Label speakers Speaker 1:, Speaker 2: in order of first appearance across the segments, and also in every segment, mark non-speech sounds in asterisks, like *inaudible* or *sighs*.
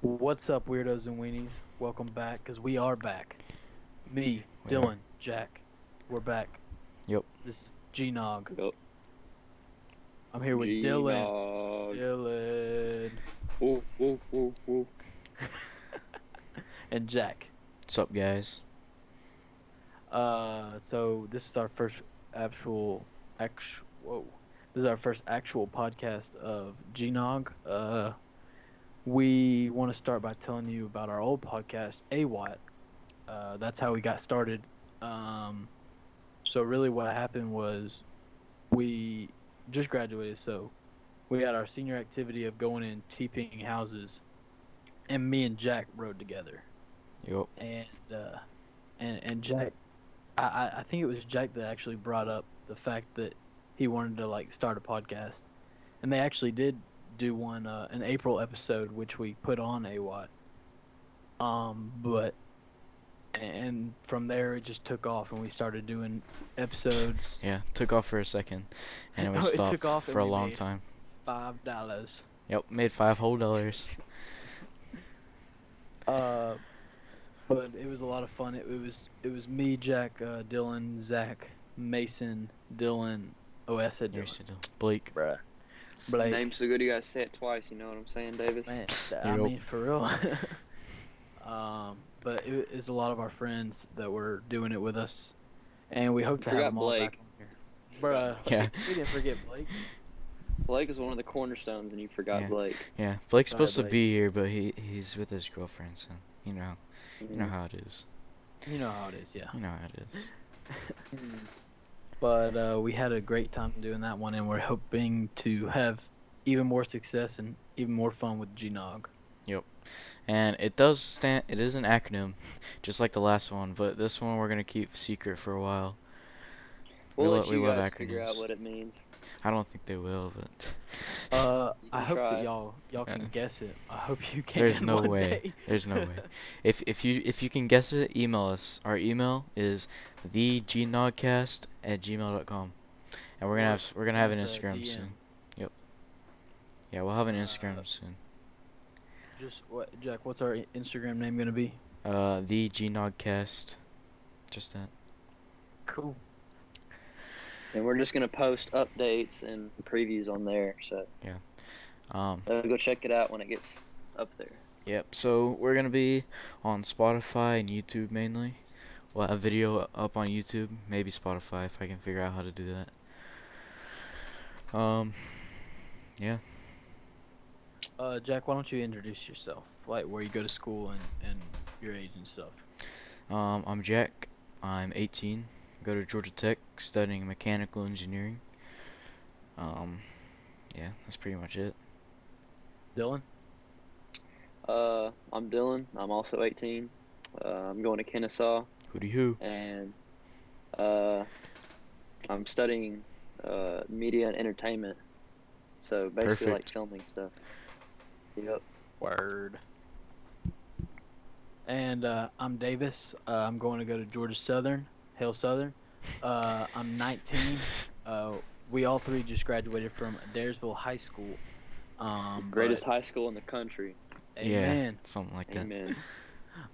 Speaker 1: What's up, weirdos and weenies? Welcome back, because we are back. Me,
Speaker 2: We are.
Speaker 1: Dylan, Jack, we're back.
Speaker 2: Yep.
Speaker 1: This is G Nog.
Speaker 3: Yep.
Speaker 1: I'm here with Dylan. Dylan.
Speaker 3: Dylan. Woo, woo, woo, woo.
Speaker 1: And Jack.
Speaker 2: What's up, guys?
Speaker 1: Uh, so this is our first actual, actual. Whoa, this is our first actual podcast of Gnog. Uh, we want to start by telling you about our old podcast, AWAT. Uh, that's how we got started. Um, so really, what happened was we just graduated, so we had our senior activity of going in TPing houses, and me and Jack rode together
Speaker 2: Yep.
Speaker 1: and uh, and and Jack, I- I I think it was Jack that actually brought up the fact that he wanted to like start a podcast, and they actually did do one uh, an April episode which we put on AWAT. Um, but and from there it just took off and we started doing episodes
Speaker 2: Yeah, took off for a second, and then
Speaker 1: *laughs*
Speaker 2: we
Speaker 1: Oh, it
Speaker 2: stopped
Speaker 1: took off and
Speaker 2: for a
Speaker 1: we
Speaker 2: long
Speaker 1: made-
Speaker 2: time.
Speaker 1: five dollars.
Speaker 2: Yep, made
Speaker 1: *laughs*
Speaker 2: five whole dollars.
Speaker 1: Uh, but it was a lot of fun. It, it was it was me, Jack, uh, Dylan, Zach, Mason, Dylan. Oh, I said
Speaker 2: You're
Speaker 1: Dylan.
Speaker 2: so dumb. Blake.
Speaker 3: Bruh.
Speaker 1: Blake.
Speaker 3: Name's so good you gotta say it twice, you know what I'm saying,
Speaker 2: *laughs*
Speaker 3: Davis?
Speaker 1: Man, th- I
Speaker 2: Yep.
Speaker 1: mean, for real. *laughs* um, but it is a lot of our friends that were doing it with us, and we hope to have
Speaker 3: Forgot
Speaker 1: them all back
Speaker 3: Blake.
Speaker 1: on here. Bruh,
Speaker 2: Yeah.
Speaker 1: we didn't forget Blake.
Speaker 3: Blake is one of the cornerstones and you forgot
Speaker 2: Yeah.
Speaker 3: Blake.
Speaker 2: Yeah, Blake's
Speaker 1: Go ahead,
Speaker 2: supposed to
Speaker 1: Blake.
Speaker 2: be here, but he he's with his girlfriend, so you know you
Speaker 3: Mm.
Speaker 2: know how it is.
Speaker 1: You know how it is, yeah.
Speaker 2: You know how it is.
Speaker 1: But uh, we had a great time doing that one, and we're hoping to have even more success and even more fun with GNOG.
Speaker 2: And it does stand. It is an acronym, *laughs* just like the last one, but this one we're gonna keep secret for a while. We
Speaker 3: We'll
Speaker 2: lo-
Speaker 3: let
Speaker 2: we
Speaker 3: you
Speaker 2: love
Speaker 3: guys figure out
Speaker 2: acronyms.
Speaker 3: what it means.
Speaker 2: I don't think they will, but
Speaker 1: Uh,
Speaker 3: You
Speaker 1: I
Speaker 3: can
Speaker 1: hope
Speaker 3: try.
Speaker 1: that y'all y'all can
Speaker 2: Yeah.
Speaker 1: guess it. I hope you can. *laughs*
Speaker 2: There's no
Speaker 1: one
Speaker 2: way.
Speaker 1: day.
Speaker 2: *laughs* there's no way. If if you if you can guess it, email us. Our email is thegnogcast at gmail.com. And we're gonna
Speaker 1: Or
Speaker 2: have we're gonna have an
Speaker 1: send us a
Speaker 2: Instagram
Speaker 1: DM.
Speaker 2: soon. Yep. Yeah, we'll have an
Speaker 1: Uh,
Speaker 2: Instagram soon.
Speaker 1: *laughs* Just what, Jack? What's our Instagram name gonna be?
Speaker 2: Uh the Gnogcast. Just that.
Speaker 1: Cool.
Speaker 3: And we're just gonna post updates and previews on there, so
Speaker 2: Um
Speaker 3: uh, go check it out when it gets up there.
Speaker 2: Yep, so we're gonna be on Spotify and YouTube mainly. We'll have video up on YouTube, maybe Spotify if I can figure out how to do that. Um
Speaker 1: Uh, Jack, why don't you introduce yourself? Like where you go to school and, and your age and stuff.
Speaker 2: Um, I'm Jack. I'm 18. Go to Georgia Tech studying mechanical engineering. Um, yeah, that's pretty much it.
Speaker 1: Dylan?
Speaker 3: Uh, I'm Dylan. I'm also 18. Uh, I'm going to Kennesaw.
Speaker 2: Hooty hoo.
Speaker 3: and uh, I'm studying uh, media and entertainment. So basically, like
Speaker 2: Perfect.
Speaker 3: filming stuff. Yep.
Speaker 1: Word. And uh, I'm Davis. Uh, I'm going to go to Georgia Southern, Hill Southern. Uh, I'm 19. Uh, we all three just graduated from Adairsville High School. Um,
Speaker 3: Greatest
Speaker 1: but,
Speaker 3: high school in the country.
Speaker 2: Yeah,
Speaker 1: Amen.
Speaker 2: something like that.
Speaker 3: Amen.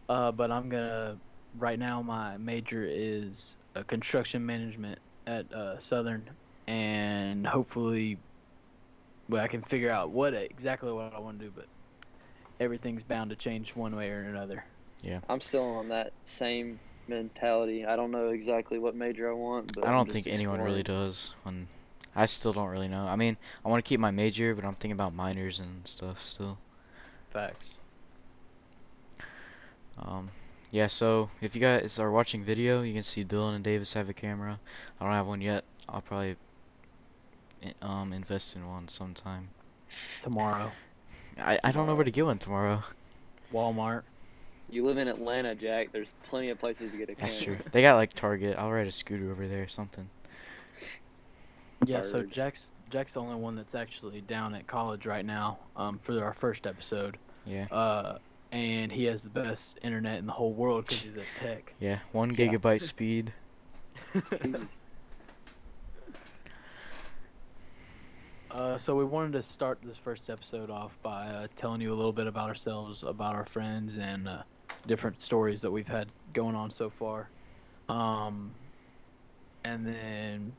Speaker 1: Uh, but I'm gonna. Right now, my major is uh, construction management at uh, Southern, and hopefully, well, I can figure out what exactly what I want to do. But everything's bound to change one way or another.
Speaker 3: I'm still on that same mentality. I don't know exactly what major I want, but
Speaker 2: I
Speaker 3: I'm
Speaker 2: don't
Speaker 3: just
Speaker 2: think anyone really
Speaker 3: exploring.
Speaker 2: does. When I still don't really know. I mean, I want to keep my major, but I'm thinking about minors and stuff still.
Speaker 1: Facts.
Speaker 2: Um, yeah. So if you guys are watching video, you can see Dylan and Davis have a camera. I don't have one yet. I'll probably i- um invest in one sometime.
Speaker 1: Tomorrow,
Speaker 2: I, I don't know where to get one tomorrow.
Speaker 1: Walmart.
Speaker 3: You live in Atlanta, Jack. There's plenty of places to get a camera.
Speaker 2: That's true. They got like Target. I'll ride a scooter over there or something.
Speaker 1: Yeah. So
Speaker 3: Word.
Speaker 1: Jack's Jack's the only one that's actually down at college right now. Um, for our first episode.
Speaker 2: Yeah.
Speaker 1: Uh, and he has the best internet in the whole world because he's at Tech.
Speaker 2: Yeah. One gigabyte speed.
Speaker 3: Jesus.
Speaker 1: *laughs* Uh, so we wanted to start this first episode off by uh, telling you a little bit about ourselves, about our friends, and uh, different stories that we've had going on so far. Um, and then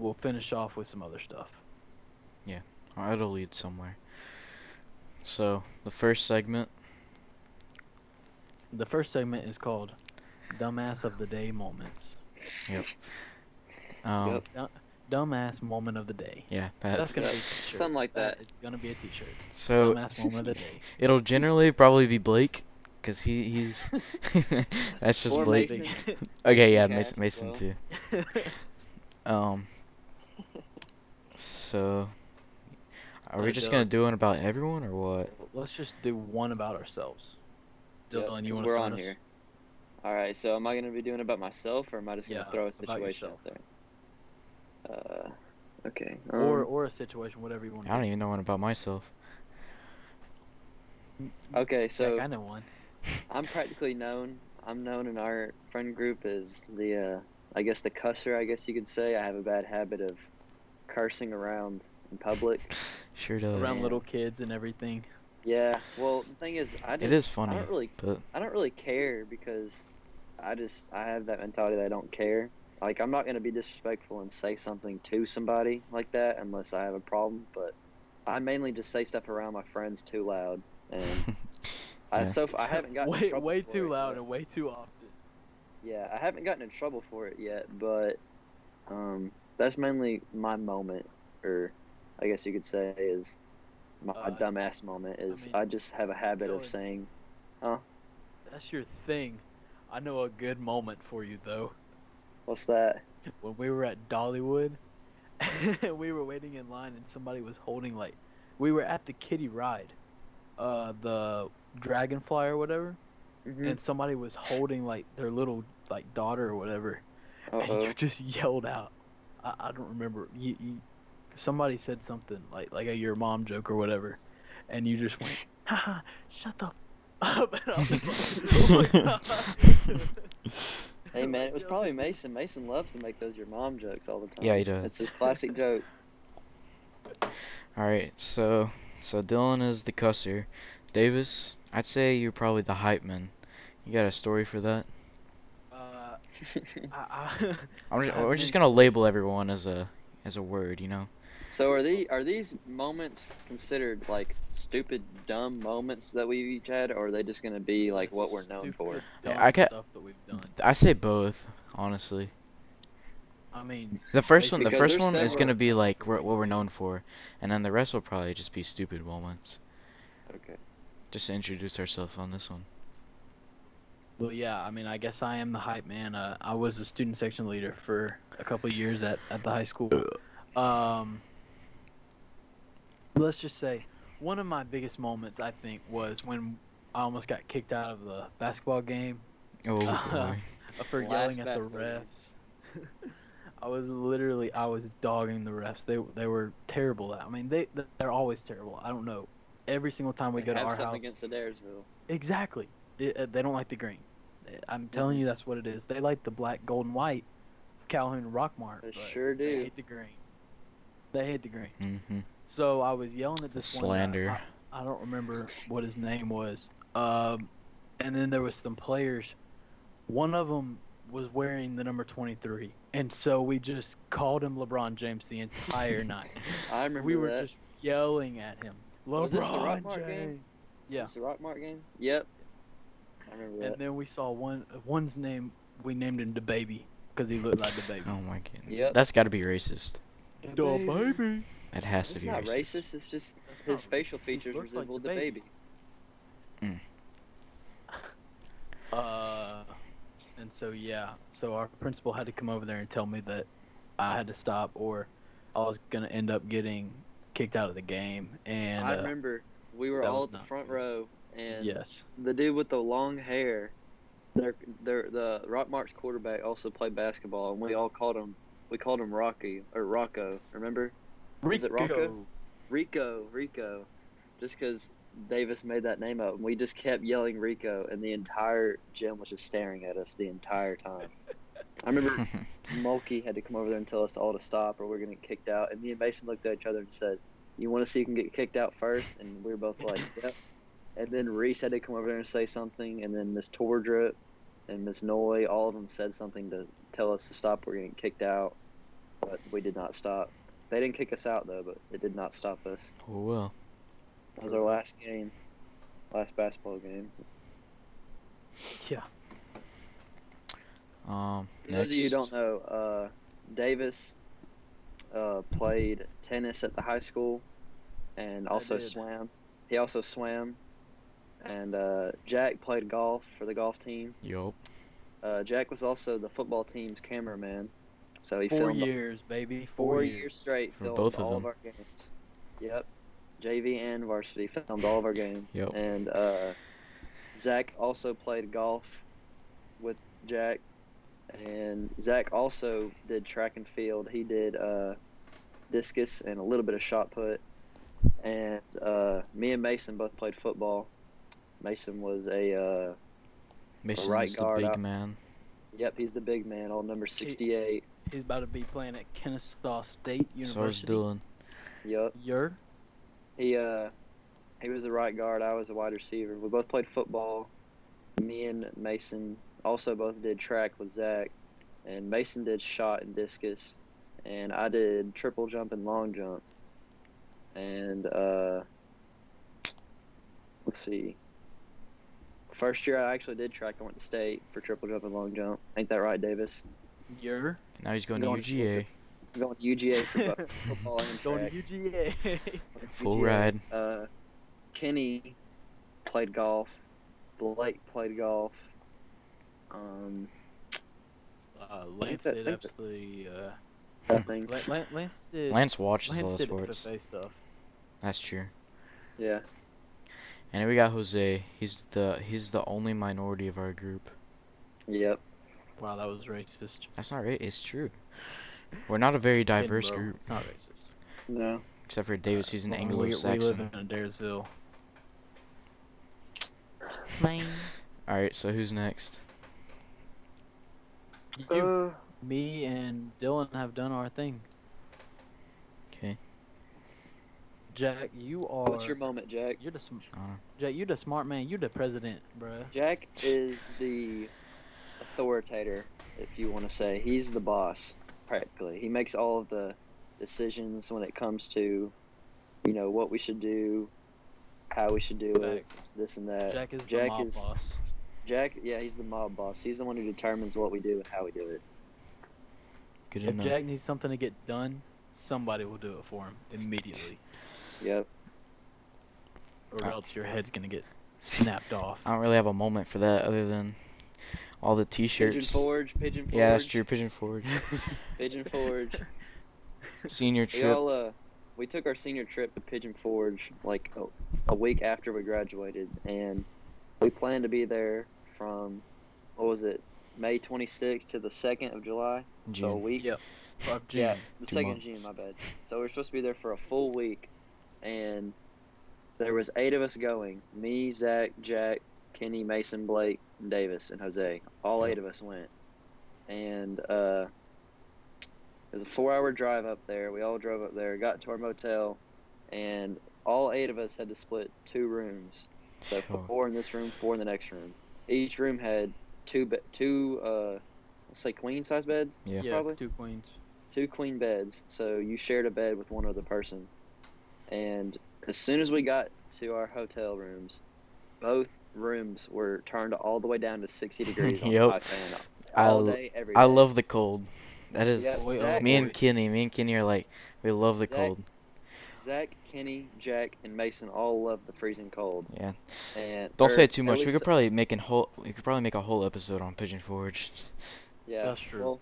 Speaker 1: we'll finish off with some other stuff.
Speaker 2: Or it'll lead somewhere. So, the first segment,
Speaker 1: The first segment is called "Dumbass of the Day Moments."
Speaker 2: um,
Speaker 3: Yep.
Speaker 1: Dumbass moment of the day.
Speaker 2: yeah,
Speaker 1: That's
Speaker 2: that's,
Speaker 1: gonna be a
Speaker 3: Yep.
Speaker 1: t-shirt.
Speaker 3: Something like that.
Speaker 1: It's gonna be a T-shirt.
Speaker 2: so
Speaker 1: Dumbass moment of the day.
Speaker 2: it'll generally probably be Blake, cause he he's *laughs* that's just
Speaker 3: Or
Speaker 2: Blake.
Speaker 3: Mason.
Speaker 2: Okay, yeah,
Speaker 3: Cass as
Speaker 2: Mason, Mason
Speaker 3: well.
Speaker 2: too. Um, so are we
Speaker 1: Uh,
Speaker 2: just
Speaker 1: Dylan.
Speaker 2: gonna do one about everyone or what?
Speaker 1: Let's just do one about ourselves.
Speaker 3: Yep,
Speaker 1: Dylan, you want
Speaker 3: 'cause
Speaker 1: to
Speaker 3: We're
Speaker 1: sign
Speaker 3: on
Speaker 1: us?
Speaker 3: here. All right. So am I going to be doing about myself, or am I just going to
Speaker 1: Yeah,
Speaker 3: throw a
Speaker 1: about
Speaker 3: situation out
Speaker 1: yourself.
Speaker 3: there? Uh, okay.
Speaker 1: or
Speaker 3: um,
Speaker 1: or a situation, whatever you want.
Speaker 2: I don't even know one about myself.
Speaker 3: okay. So
Speaker 1: Heck, I know one.
Speaker 3: I'm practically known. I'm known in our friend group as the, uh, I guess the cusser. I guess you could say. I have a bad habit of cursing around in public.
Speaker 2: Sure does.
Speaker 1: Around
Speaker 3: yeah.
Speaker 1: little kids and everything.
Speaker 3: Yeah. Well, the thing is, I
Speaker 2: It
Speaker 3: just,
Speaker 2: is
Speaker 3: I
Speaker 2: funny,
Speaker 3: don't really
Speaker 2: but *laughs*
Speaker 3: I don't really care because I just I have that mentality that I don't care. Like I'm not gonna be disrespectful and say something to somebody like that unless I have a problem. But I mainly just say stuff around my friends too loud, and I
Speaker 2: Yeah.
Speaker 3: so f- I haven't gotten in
Speaker 1: Way,
Speaker 3: trouble
Speaker 1: way
Speaker 3: for
Speaker 1: too
Speaker 3: it
Speaker 1: loud
Speaker 3: yet.
Speaker 1: and way too often.
Speaker 3: Yeah, I haven't gotten in trouble for it yet, but um, that's mainly my moment, or I guess you could say is my
Speaker 1: Uh,
Speaker 3: dumbass moment. Is I,
Speaker 1: mean,
Speaker 3: just have a habit of
Speaker 1: Dylan-
Speaker 3: saying
Speaker 1: That's your thing. I know a good moment for you though. *laughs*
Speaker 3: what's that?
Speaker 1: When we were at Dollywood, *laughs* and we were waiting in line, and somebody was holding like, we were at the kiddie ride, uh, the Dragonfly or whatever,
Speaker 3: Mm-hmm.
Speaker 2: Mm-hmm.
Speaker 1: and somebody was holding like their little like daughter or whatever, and
Speaker 3: Uh-oh.
Speaker 1: you *laughs* just yelled out. I, I don't remember. You, you, somebody said something like like a your mom joke or whatever, and you
Speaker 3: *laughs*
Speaker 1: just went, Haha, shut the *laughs* f- up. And I was like,
Speaker 3: *laughs*
Speaker 1: "Oh my God." *laughs*
Speaker 2: *laughs*
Speaker 3: Hey man, it was probably Mason. Mason loves to make those your mom jokes all the time.
Speaker 2: Yeah, he does.
Speaker 3: It's his classic joke. *laughs*
Speaker 2: All right, so so Dylan is the cusser. Davis, I'd say you're probably the hype man. You got a story for that?
Speaker 1: Uh, I, I,
Speaker 2: I'm just,
Speaker 1: I
Speaker 2: we're just
Speaker 1: think-
Speaker 2: gonna label everyone as a as a word, you know?
Speaker 3: So are the are these moments considered like stupid, dumb moments that we've each had, or are they just gonna be like what we're known for?
Speaker 1: Stupid,
Speaker 2: Yeah,
Speaker 1: dumb
Speaker 2: I ca-
Speaker 1: stuff that we've done.
Speaker 2: I say both, honestly.
Speaker 1: I mean,
Speaker 2: The first one, the
Speaker 3: Because
Speaker 2: first
Speaker 3: there's
Speaker 2: one is
Speaker 3: several-
Speaker 2: gonna be like wh- what we're known for, and then the rest will probably just be stupid moments.
Speaker 3: Okay.
Speaker 2: Just to introduce ourselves on this one.
Speaker 1: well, yeah. I mean, I guess I am the hype man. Uh, I was the student section leader for a couple years at at the high school. Um, let's just say one of my biggest moments, I think, was when I almost got kicked out of the basketball game *laughs*
Speaker 2: Oh boy.
Speaker 1: uh, for
Speaker 3: Last
Speaker 1: yelling at the
Speaker 3: basketball game.
Speaker 1: refs. *laughs* I was literally I was dogging the refs. They they were terrible. at- I mean they they're always terrible. I don't know. Every single time we go to
Speaker 3: have
Speaker 1: our
Speaker 3: something
Speaker 1: house,
Speaker 3: against Adairsville.
Speaker 1: exactly. It, uh, they don't like the green. Uh, I'm
Speaker 2: Mm-hmm.
Speaker 1: telling you that's what it is. They like the black, gold, and white, Calhoun and Rockmart.
Speaker 3: They
Speaker 1: but
Speaker 3: sure
Speaker 1: They
Speaker 3: do.
Speaker 1: hate the green. They hate the green.
Speaker 2: hmm
Speaker 1: So I was yelling at
Speaker 2: The
Speaker 1: this one uh, guy.
Speaker 2: slander.
Speaker 1: I don't remember what his name was. Um, and then there was some players. One of them was wearing the number 23, and so we just called him LeBron James the
Speaker 2: *laughs*
Speaker 1: entire night.
Speaker 3: I remember
Speaker 1: We were
Speaker 3: that.
Speaker 1: just yelling at him. LeBron
Speaker 3: Was this the Rockmart
Speaker 1: James.
Speaker 3: game?
Speaker 1: Yeah.
Speaker 3: It's the Rockmart game. Yep. I remember
Speaker 1: And
Speaker 3: that.
Speaker 1: then we saw one. One's name we named him the baby because he looked like the
Speaker 2: *laughs*
Speaker 1: baby.
Speaker 2: Oh my god.
Speaker 3: Yep.
Speaker 2: That's gotta be racist.
Speaker 1: Da baby.
Speaker 2: That has to
Speaker 3: It's
Speaker 2: be
Speaker 3: not
Speaker 2: racist.
Speaker 3: racist. It's just
Speaker 1: That's
Speaker 3: his
Speaker 1: not
Speaker 3: facial
Speaker 1: racist. He
Speaker 3: features
Speaker 1: looks like
Speaker 3: resembled
Speaker 1: the
Speaker 3: the
Speaker 1: baby.
Speaker 3: baby.
Speaker 1: Uh, and so yeah, so our principal had to come over there and tell me that I had to stop, or I was gonna end up getting kicked out of the game. And
Speaker 3: I
Speaker 1: uh,
Speaker 3: remember we were
Speaker 1: that
Speaker 3: all
Speaker 1: was
Speaker 3: at the
Speaker 1: not
Speaker 3: front
Speaker 1: good.
Speaker 3: row, and
Speaker 1: yes,
Speaker 3: the dude with the long hair, their their the Rock March quarterback also played basketball, and we all called him we called him Rocky or Rocco. Remember Is it Rocco? Rico Rico, just because Davis made that name up, and we just kept yelling Rico, and the entire gym was just staring at us the entire time. I remember Mulkey had to come over there and tell us all to stop or we are gonna get kicked out. And me and Mason looked at each other and said, "You want to see who can get kicked out first? And we were both like, "Yep." And then Reese had to come over there and say something, and then Miss Tordrip and Miss Noy, all of them said something to tell us to stop. We are getting kicked out, but we did not stop. They didn't kick us out though, but it did not stop us.
Speaker 2: Oh well.
Speaker 3: That was our last game, last basketball game.
Speaker 1: Yeah.
Speaker 2: Um.
Speaker 3: For those of you who
Speaker 2: next-
Speaker 3: don't know, uh, Davis uh, played tennis at the high school and also
Speaker 1: did.
Speaker 3: swam. He also swam. And uh, Jack played golf for the golf team.
Speaker 2: Yup.
Speaker 3: Uh, Jack was also the football team's cameraman. So he
Speaker 1: Four
Speaker 3: filmed
Speaker 1: years, baby.
Speaker 3: four, years, straight
Speaker 2: For
Speaker 3: filmed
Speaker 2: both of
Speaker 3: all
Speaker 2: them.
Speaker 3: of our games. Yep. JV and varsity filmed all of our games.
Speaker 2: Yup.
Speaker 3: And uh, Zach also played golf with Jack. And Zach also did track and field. He did uh, discus and a little bit of shot put. And uh, me and Mason both played football. Mason was a uh,
Speaker 2: Mason's
Speaker 3: right
Speaker 2: the
Speaker 3: guard
Speaker 2: big
Speaker 3: up.
Speaker 2: man.
Speaker 3: yep, he's the big man, all number sixty-eight.
Speaker 1: He's about to be playing at Kennesaw State
Speaker 2: So is
Speaker 1: University.
Speaker 2: Dylan.
Speaker 3: Yep,
Speaker 1: Yer.
Speaker 3: he uh, he was the right guard. I was a wide receiver. We both played football. Me and Mason also both did track with Zach, and Mason did shot and discus, and I did triple jump and long jump. And uh, let's see. First year I actually did track. I went to state for triple jump and long jump. Ain't that right, Davis?
Speaker 1: Yer.
Speaker 2: Now he's going
Speaker 3: Going
Speaker 2: to
Speaker 3: to
Speaker 2: UGA.
Speaker 3: I'm going to UGA for
Speaker 1: *laughs*
Speaker 2: *laughs*
Speaker 3: both football and
Speaker 1: Going
Speaker 3: track.
Speaker 1: to UGA.
Speaker 3: *laughs*
Speaker 2: Full
Speaker 3: UGA.
Speaker 2: ride.
Speaker 3: Uh, Kenny played golf. Blake played golf. Um,
Speaker 1: uh, Lance
Speaker 3: that-
Speaker 1: did
Speaker 3: I think that-
Speaker 1: absolutely. Uh,
Speaker 3: I think,
Speaker 1: La- La- Lance did.
Speaker 2: Lance watches
Speaker 1: Lance
Speaker 2: a lot of
Speaker 1: did
Speaker 2: sports.
Speaker 1: FFA stuff.
Speaker 2: That's true.
Speaker 3: yeah.
Speaker 2: And then we got Jose. He's the he's the only minority of our group.
Speaker 3: Yep.
Speaker 1: Wow, that was racist.
Speaker 2: That's not right. It's true. We're not a very diverse
Speaker 1: Edinburgh.
Speaker 2: group,
Speaker 1: It's not racist.
Speaker 3: No.
Speaker 2: except for Davis. He's an
Speaker 1: Well, We,
Speaker 2: Anglo-Saxon.
Speaker 1: we live in Adairsville.
Speaker 2: All right. So who's next?
Speaker 1: You, me, and Dylan have done our thing.
Speaker 2: Okay.
Speaker 1: Jack, you are.
Speaker 3: what's your moment, Jack?
Speaker 1: You're the sm-
Speaker 2: Connor.
Speaker 1: Jack. You're the smart man. You're the president, bruh.
Speaker 3: Jack is the authoritator, if you want to say. He's the boss, practically. He makes all of the decisions when it comes to, you know, what we should do, how we should do it,
Speaker 1: Facts.
Speaker 3: this and that.
Speaker 1: Jack is the
Speaker 3: Uh, Jack
Speaker 1: mob
Speaker 3: is-
Speaker 1: boss.
Speaker 3: Jack, yeah, he's the mob boss. He's the one who determines what we do and how we do it.
Speaker 2: Good
Speaker 1: If
Speaker 2: enough.
Speaker 1: Jack needs something to get done, somebody will do it for him immediately,
Speaker 3: Yep.
Speaker 1: or
Speaker 2: Uh,
Speaker 1: else your head's gonna get snapped
Speaker 2: *laughs*
Speaker 1: off.
Speaker 2: I don't really have a moment for that other than all the
Speaker 3: Pigeon
Speaker 2: T-shirts.
Speaker 3: Forge, Pigeon Forge.
Speaker 2: Yeah, that's true. Pigeon
Speaker 3: *laughs*
Speaker 2: Forge.
Speaker 3: Pigeon Forge.
Speaker 2: Senior
Speaker 3: We
Speaker 2: trip.
Speaker 3: all uh, we took our senior trip to Pigeon Forge like a, a week after we graduated, and we planned to be there from what was it, May 26th to the 2nd of July. So a
Speaker 2: June.
Speaker 3: week.
Speaker 1: Yep. Fuck
Speaker 3: Yeah,
Speaker 1: Jim.
Speaker 3: the
Speaker 2: Two
Speaker 3: second of June,
Speaker 2: months.
Speaker 3: my bad. So we were supposed to be there for a full week, and there was eight of us going. Me, Zach, Jack, Kenny, Mason, Blake, and Davis, and Jose. All
Speaker 2: Yep.
Speaker 3: eight of us went, and uh, it was a four-hour drive up there. We all drove up there, got to our motel, and all eight of us had to split two rooms. So
Speaker 2: Oh.
Speaker 3: four in this room, four in the next room. Each room had two, be- two, uh, let's say queen-size beds
Speaker 2: Yeah.
Speaker 1: Yeah,
Speaker 3: probably.
Speaker 1: two queens.
Speaker 3: two queen beds, so you shared a bed with one other person. And as soon as we got to our hotel rooms, both rooms were turned all the way down
Speaker 2: *laughs*
Speaker 3: to 60 degrees on
Speaker 2: Yep.
Speaker 3: the high fan
Speaker 2: I
Speaker 3: all
Speaker 2: l-
Speaker 3: day, every day.
Speaker 2: I love the cold. That is
Speaker 3: Yeah,
Speaker 1: we-
Speaker 3: Zach,
Speaker 2: me and
Speaker 1: boy.
Speaker 2: Kenny. Me and Kenny are like we love the
Speaker 3: Zach-
Speaker 2: cold.
Speaker 3: Zach, Kenny, Jack, and Mason all love the freezing cold.
Speaker 2: Yeah.
Speaker 3: And
Speaker 2: Don't
Speaker 3: or
Speaker 2: say too
Speaker 3: at
Speaker 2: much. We
Speaker 3: least-
Speaker 2: could probably make an whole. We could probably make a whole episode on Pigeon Forge. *laughs*
Speaker 3: Yeah,
Speaker 1: That's true.
Speaker 3: Well,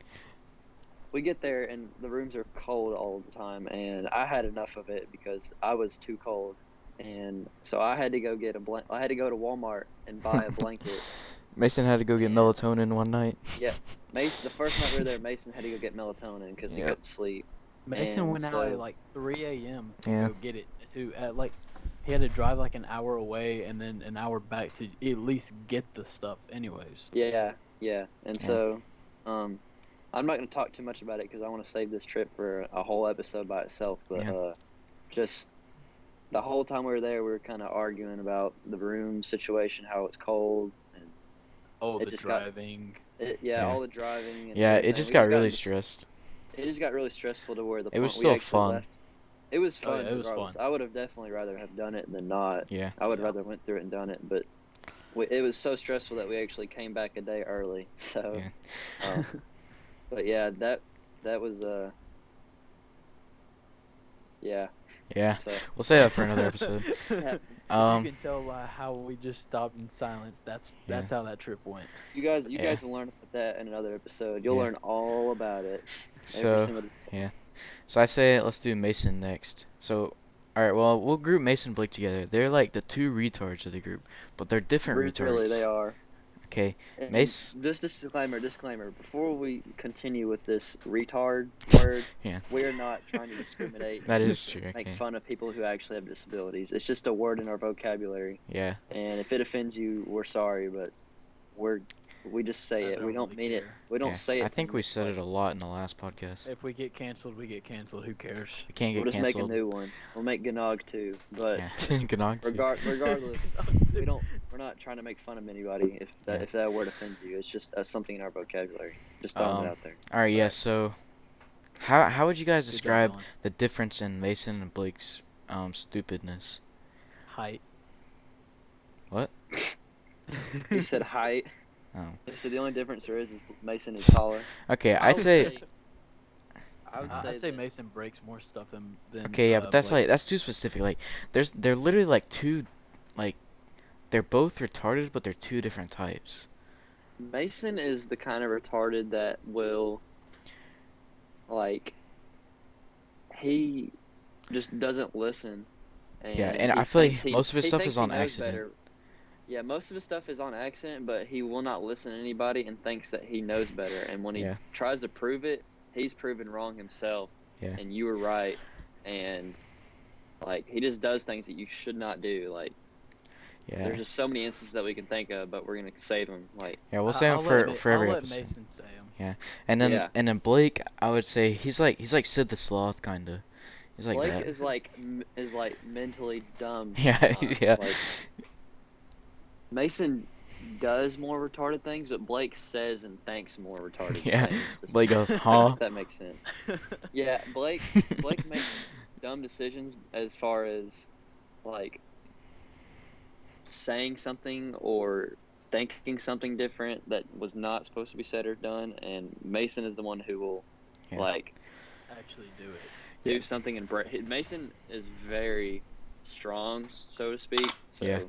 Speaker 3: we get there and the rooms are cold all the time, and I had enough of it because I was too cold, and so I had to go get a blanket. I had to go to Walmart and buy a blanket.
Speaker 2: Mason had to go get
Speaker 3: Yeah.
Speaker 2: melatonin one night.
Speaker 3: Mason, the first night we were there, Mason had to go get melatonin because he
Speaker 2: Yeah.
Speaker 3: couldn't sleep.
Speaker 1: Mason
Speaker 3: And
Speaker 1: went out
Speaker 3: so-
Speaker 1: at like 3 a.m. to
Speaker 2: Yeah.
Speaker 1: go get it too. At like, he had to drive like an hour away and then an hour back to at least get the stuff. Anyways,
Speaker 3: Yeah, yeah, and
Speaker 2: Yeah.
Speaker 3: so, um, I'm not going to talk too much about it because I want to save this trip for a whole episode by itself. But
Speaker 2: Yeah.
Speaker 3: uh, just the whole time we were there, we were kind of arguing about the room situation, how it's cold. And
Speaker 1: Oh,
Speaker 3: It
Speaker 1: the
Speaker 3: just got-
Speaker 1: driving.
Speaker 3: it, yeah,
Speaker 2: Yeah.
Speaker 3: all the driving. And
Speaker 2: Yeah,
Speaker 3: everything.
Speaker 2: it just
Speaker 3: We
Speaker 2: got really
Speaker 3: into-
Speaker 2: stressed.
Speaker 3: It just got really stressful to where the
Speaker 2: It was
Speaker 3: point we
Speaker 2: still
Speaker 3: actually
Speaker 2: fun.
Speaker 3: left. It was
Speaker 1: Oh, yeah,
Speaker 3: fun.
Speaker 1: it was
Speaker 3: regardless. I would have definitely rather have done it than not.
Speaker 2: Yeah.
Speaker 3: I would
Speaker 1: Yeah.
Speaker 3: rather went through it and done it, but we, it was so stressful that we actually came back a day early. *laughs* So, um, but yeah, that that was uh, yeah.
Speaker 2: Yeah.
Speaker 3: So
Speaker 2: We'll save that for
Speaker 1: *laughs*
Speaker 3: *laughs*
Speaker 2: another episode.
Speaker 1: you
Speaker 2: Um,
Speaker 1: can tell by how we just stopped in silence. That's
Speaker 2: Yeah.
Speaker 1: that's how that trip went.
Speaker 3: you guys, you
Speaker 2: Yeah.
Speaker 3: guys will learn about that in another episode. You'll
Speaker 2: Yeah.
Speaker 3: learn all about it.
Speaker 2: so.
Speaker 3: Every single,
Speaker 2: So I say let's do Mason next. So, all right, well we'll group Mason and Blake together. They're like the two retards of the group, but they're different retards.
Speaker 3: really, they are.
Speaker 2: Okay,
Speaker 3: And
Speaker 2: Mace-
Speaker 3: This disclaimer, disclaimer. Before we continue with this retard word,
Speaker 2: *laughs* Yeah.
Speaker 3: we are not trying
Speaker 2: *laughs*
Speaker 3: to discriminate. *laughs*
Speaker 2: that is true.
Speaker 3: Make
Speaker 2: Okay,
Speaker 3: fun of people who actually have disabilities. It's just a word in our vocabulary.
Speaker 2: yeah,
Speaker 3: And if it offends you, we're sorry, but we're we just say
Speaker 1: I
Speaker 3: it.
Speaker 1: don't
Speaker 3: We don't
Speaker 1: really
Speaker 3: mean it.
Speaker 1: care.
Speaker 3: We don't
Speaker 2: yeah.
Speaker 3: say it.
Speaker 2: I think we said it a lot in the last podcast.
Speaker 1: If we get canceled, we get canceled. Who cares?
Speaker 2: We can't
Speaker 3: We'll
Speaker 2: get
Speaker 3: just
Speaker 2: canceled.
Speaker 3: make a new one. We'll make Gnog too. But
Speaker 2: yeah, *laughs* Gnog too. *laughs*
Speaker 3: regard regardless,
Speaker 1: *laughs*
Speaker 3: we don't. We're not trying to make fun of anybody. If that
Speaker 2: Yeah.
Speaker 3: if that word offends you, it's just uh, something in our vocabulary. Just throwing
Speaker 2: Um,
Speaker 3: it out there.
Speaker 2: All right, yeah. So, how how would you guys
Speaker 1: Good job,
Speaker 2: describe
Speaker 1: Dylan.
Speaker 2: the difference in Mason and Blake's um stupidness?
Speaker 1: height.
Speaker 2: What?
Speaker 1: *laughs*
Speaker 3: He said height.
Speaker 2: *laughs* Oh.
Speaker 3: So the only difference there is is Mason is taller.
Speaker 2: Okay, I
Speaker 3: would
Speaker 2: say
Speaker 3: I would
Speaker 1: I-
Speaker 3: say,
Speaker 1: I'd say
Speaker 3: that-
Speaker 1: Mason breaks more stuff than. than
Speaker 2: Okay, yeah,
Speaker 1: uh,
Speaker 2: but that's
Speaker 1: Blake.
Speaker 2: like that's too specific. Like, there's they're literally like two, like, they're both retarded, but they're two different types.
Speaker 3: Mason is the kind of retarded that will, like, he just doesn't listen. And
Speaker 2: Yeah, and
Speaker 3: he
Speaker 2: I feel like
Speaker 3: thinks he-
Speaker 2: most of his
Speaker 3: he
Speaker 2: stuff
Speaker 3: thinks
Speaker 2: is
Speaker 3: he
Speaker 2: on
Speaker 3: knows
Speaker 2: accident.
Speaker 3: better. Yeah, most of his stuff is on accident, but he will not listen to anybody and thinks that he knows better. And when he
Speaker 2: Yeah.
Speaker 3: tries to prove it, he's proven wrong himself.
Speaker 2: Yeah.
Speaker 3: And you were right. And, like, he just does things that you should not do. Like,
Speaker 2: Yeah,
Speaker 3: there's just so many instances that we can think of, but we're going to save him. Like,
Speaker 2: yeah, we'll
Speaker 1: I-
Speaker 2: say
Speaker 1: I'll
Speaker 2: them
Speaker 1: let
Speaker 2: for
Speaker 1: Ma-
Speaker 2: for
Speaker 1: I'll
Speaker 2: every
Speaker 1: let
Speaker 2: episode.
Speaker 1: Mason say 'em.
Speaker 2: And then
Speaker 3: Yeah.
Speaker 2: and then Blake, I would say he's like he's like Sid the Sloth kinda. He's like
Speaker 3: Blake
Speaker 2: that.
Speaker 3: is like m- is like mentally dumb.
Speaker 2: *laughs* Yeah, *laughs*
Speaker 3: sometimes,
Speaker 2: yeah.
Speaker 3: Like, Mason does more retarded things, but Blake says and thinks more retarded
Speaker 2: Yeah,
Speaker 3: things. Does-
Speaker 2: Blake
Speaker 3: *laughs*
Speaker 2: goes, huh?
Speaker 3: if that makes sense. Yeah, Blake Blake makes dumb decisions as far as like saying something or thinking something different that was not supposed to be said or done, and Mason is the one who will
Speaker 2: Yeah.
Speaker 3: like
Speaker 1: Actually, do it.
Speaker 3: do
Speaker 2: Yeah.
Speaker 3: something and break. Mason is very strong, so to speak. So
Speaker 2: Yeah.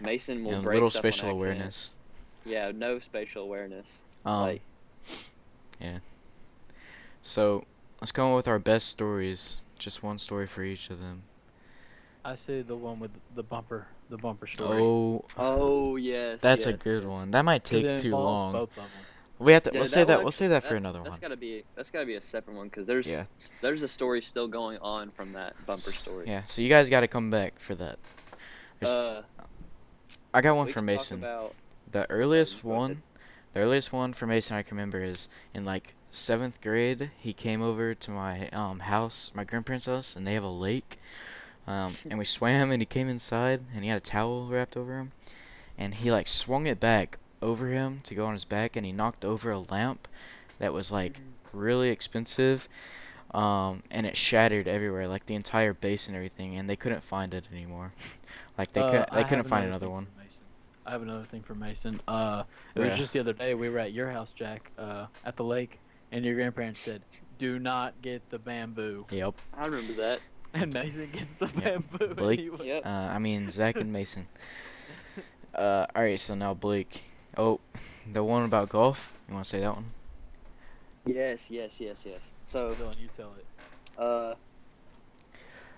Speaker 3: Mason will
Speaker 2: Yeah,
Speaker 3: break
Speaker 2: little
Speaker 3: stuff on
Speaker 2: spatial
Speaker 3: accident.
Speaker 2: awareness.
Speaker 3: Yeah, no spatial awareness.
Speaker 2: Um,
Speaker 3: like
Speaker 2: so let's come up with our best stories. Just one story for each of them.
Speaker 1: I say the one with the bumper, the bumper story.
Speaker 2: Oh,
Speaker 3: oh yes.
Speaker 2: that's a
Speaker 3: yes.
Speaker 2: good one. That might
Speaker 1: 'Cause it
Speaker 2: take too
Speaker 1: involves
Speaker 2: long.
Speaker 1: Both of 'em.
Speaker 2: We have to.
Speaker 3: Yeah,
Speaker 2: we'll say that.
Speaker 3: one-
Speaker 2: We'll say that for
Speaker 3: that-
Speaker 2: another one.
Speaker 3: That's gotta be that's gotta be a separate one because there's
Speaker 2: Yeah.
Speaker 3: there's a story still going on from that bumper story.
Speaker 2: Yeah. So you guys got to come back for that. There's-
Speaker 3: Uh,
Speaker 2: I got one
Speaker 3: we
Speaker 2: for
Speaker 3: can talk
Speaker 2: Mason.
Speaker 3: about-
Speaker 2: The earliest
Speaker 3: go ahead.
Speaker 2: one, the earliest one for Mason I can remember is in like seventh grade. He came over to my um house, my grandparents' house, and they have a lake. Um, and we swam, and he came inside, and he had a towel wrapped over him, and he like swung it back over him to go on his back, and he knocked over a lamp that was
Speaker 1: Mm.
Speaker 2: like really expensive, um, and it shattered everywhere, like the entire base and everything, and they couldn't find it anymore. *laughs* like they
Speaker 1: Uh,
Speaker 2: couldn't,
Speaker 1: I
Speaker 2: they couldn't
Speaker 1: have
Speaker 2: find
Speaker 1: another
Speaker 2: another
Speaker 1: thing
Speaker 2: one.
Speaker 1: for Mason. I have another thing for Mason. Uh, it
Speaker 2: Yeah.
Speaker 1: was just the other day we were at your house, Jack, uh, at the lake, and your grandparents said, "Do not get the bamboo." *laughs*
Speaker 2: Yep.
Speaker 3: I
Speaker 2: *laughs*
Speaker 3: remember that.
Speaker 1: And Mason gets the
Speaker 2: Yeah.
Speaker 1: bamboo. and
Speaker 2: Blake-
Speaker 1: he was-
Speaker 3: Yep.
Speaker 2: Uh, I mean Zach and Mason. Uh, all right, so now Blake. Oh, the one about golf. You want to say that one?
Speaker 3: Yes, yes, yes, yes. So
Speaker 1: Dylan, you tell it.
Speaker 3: Uh,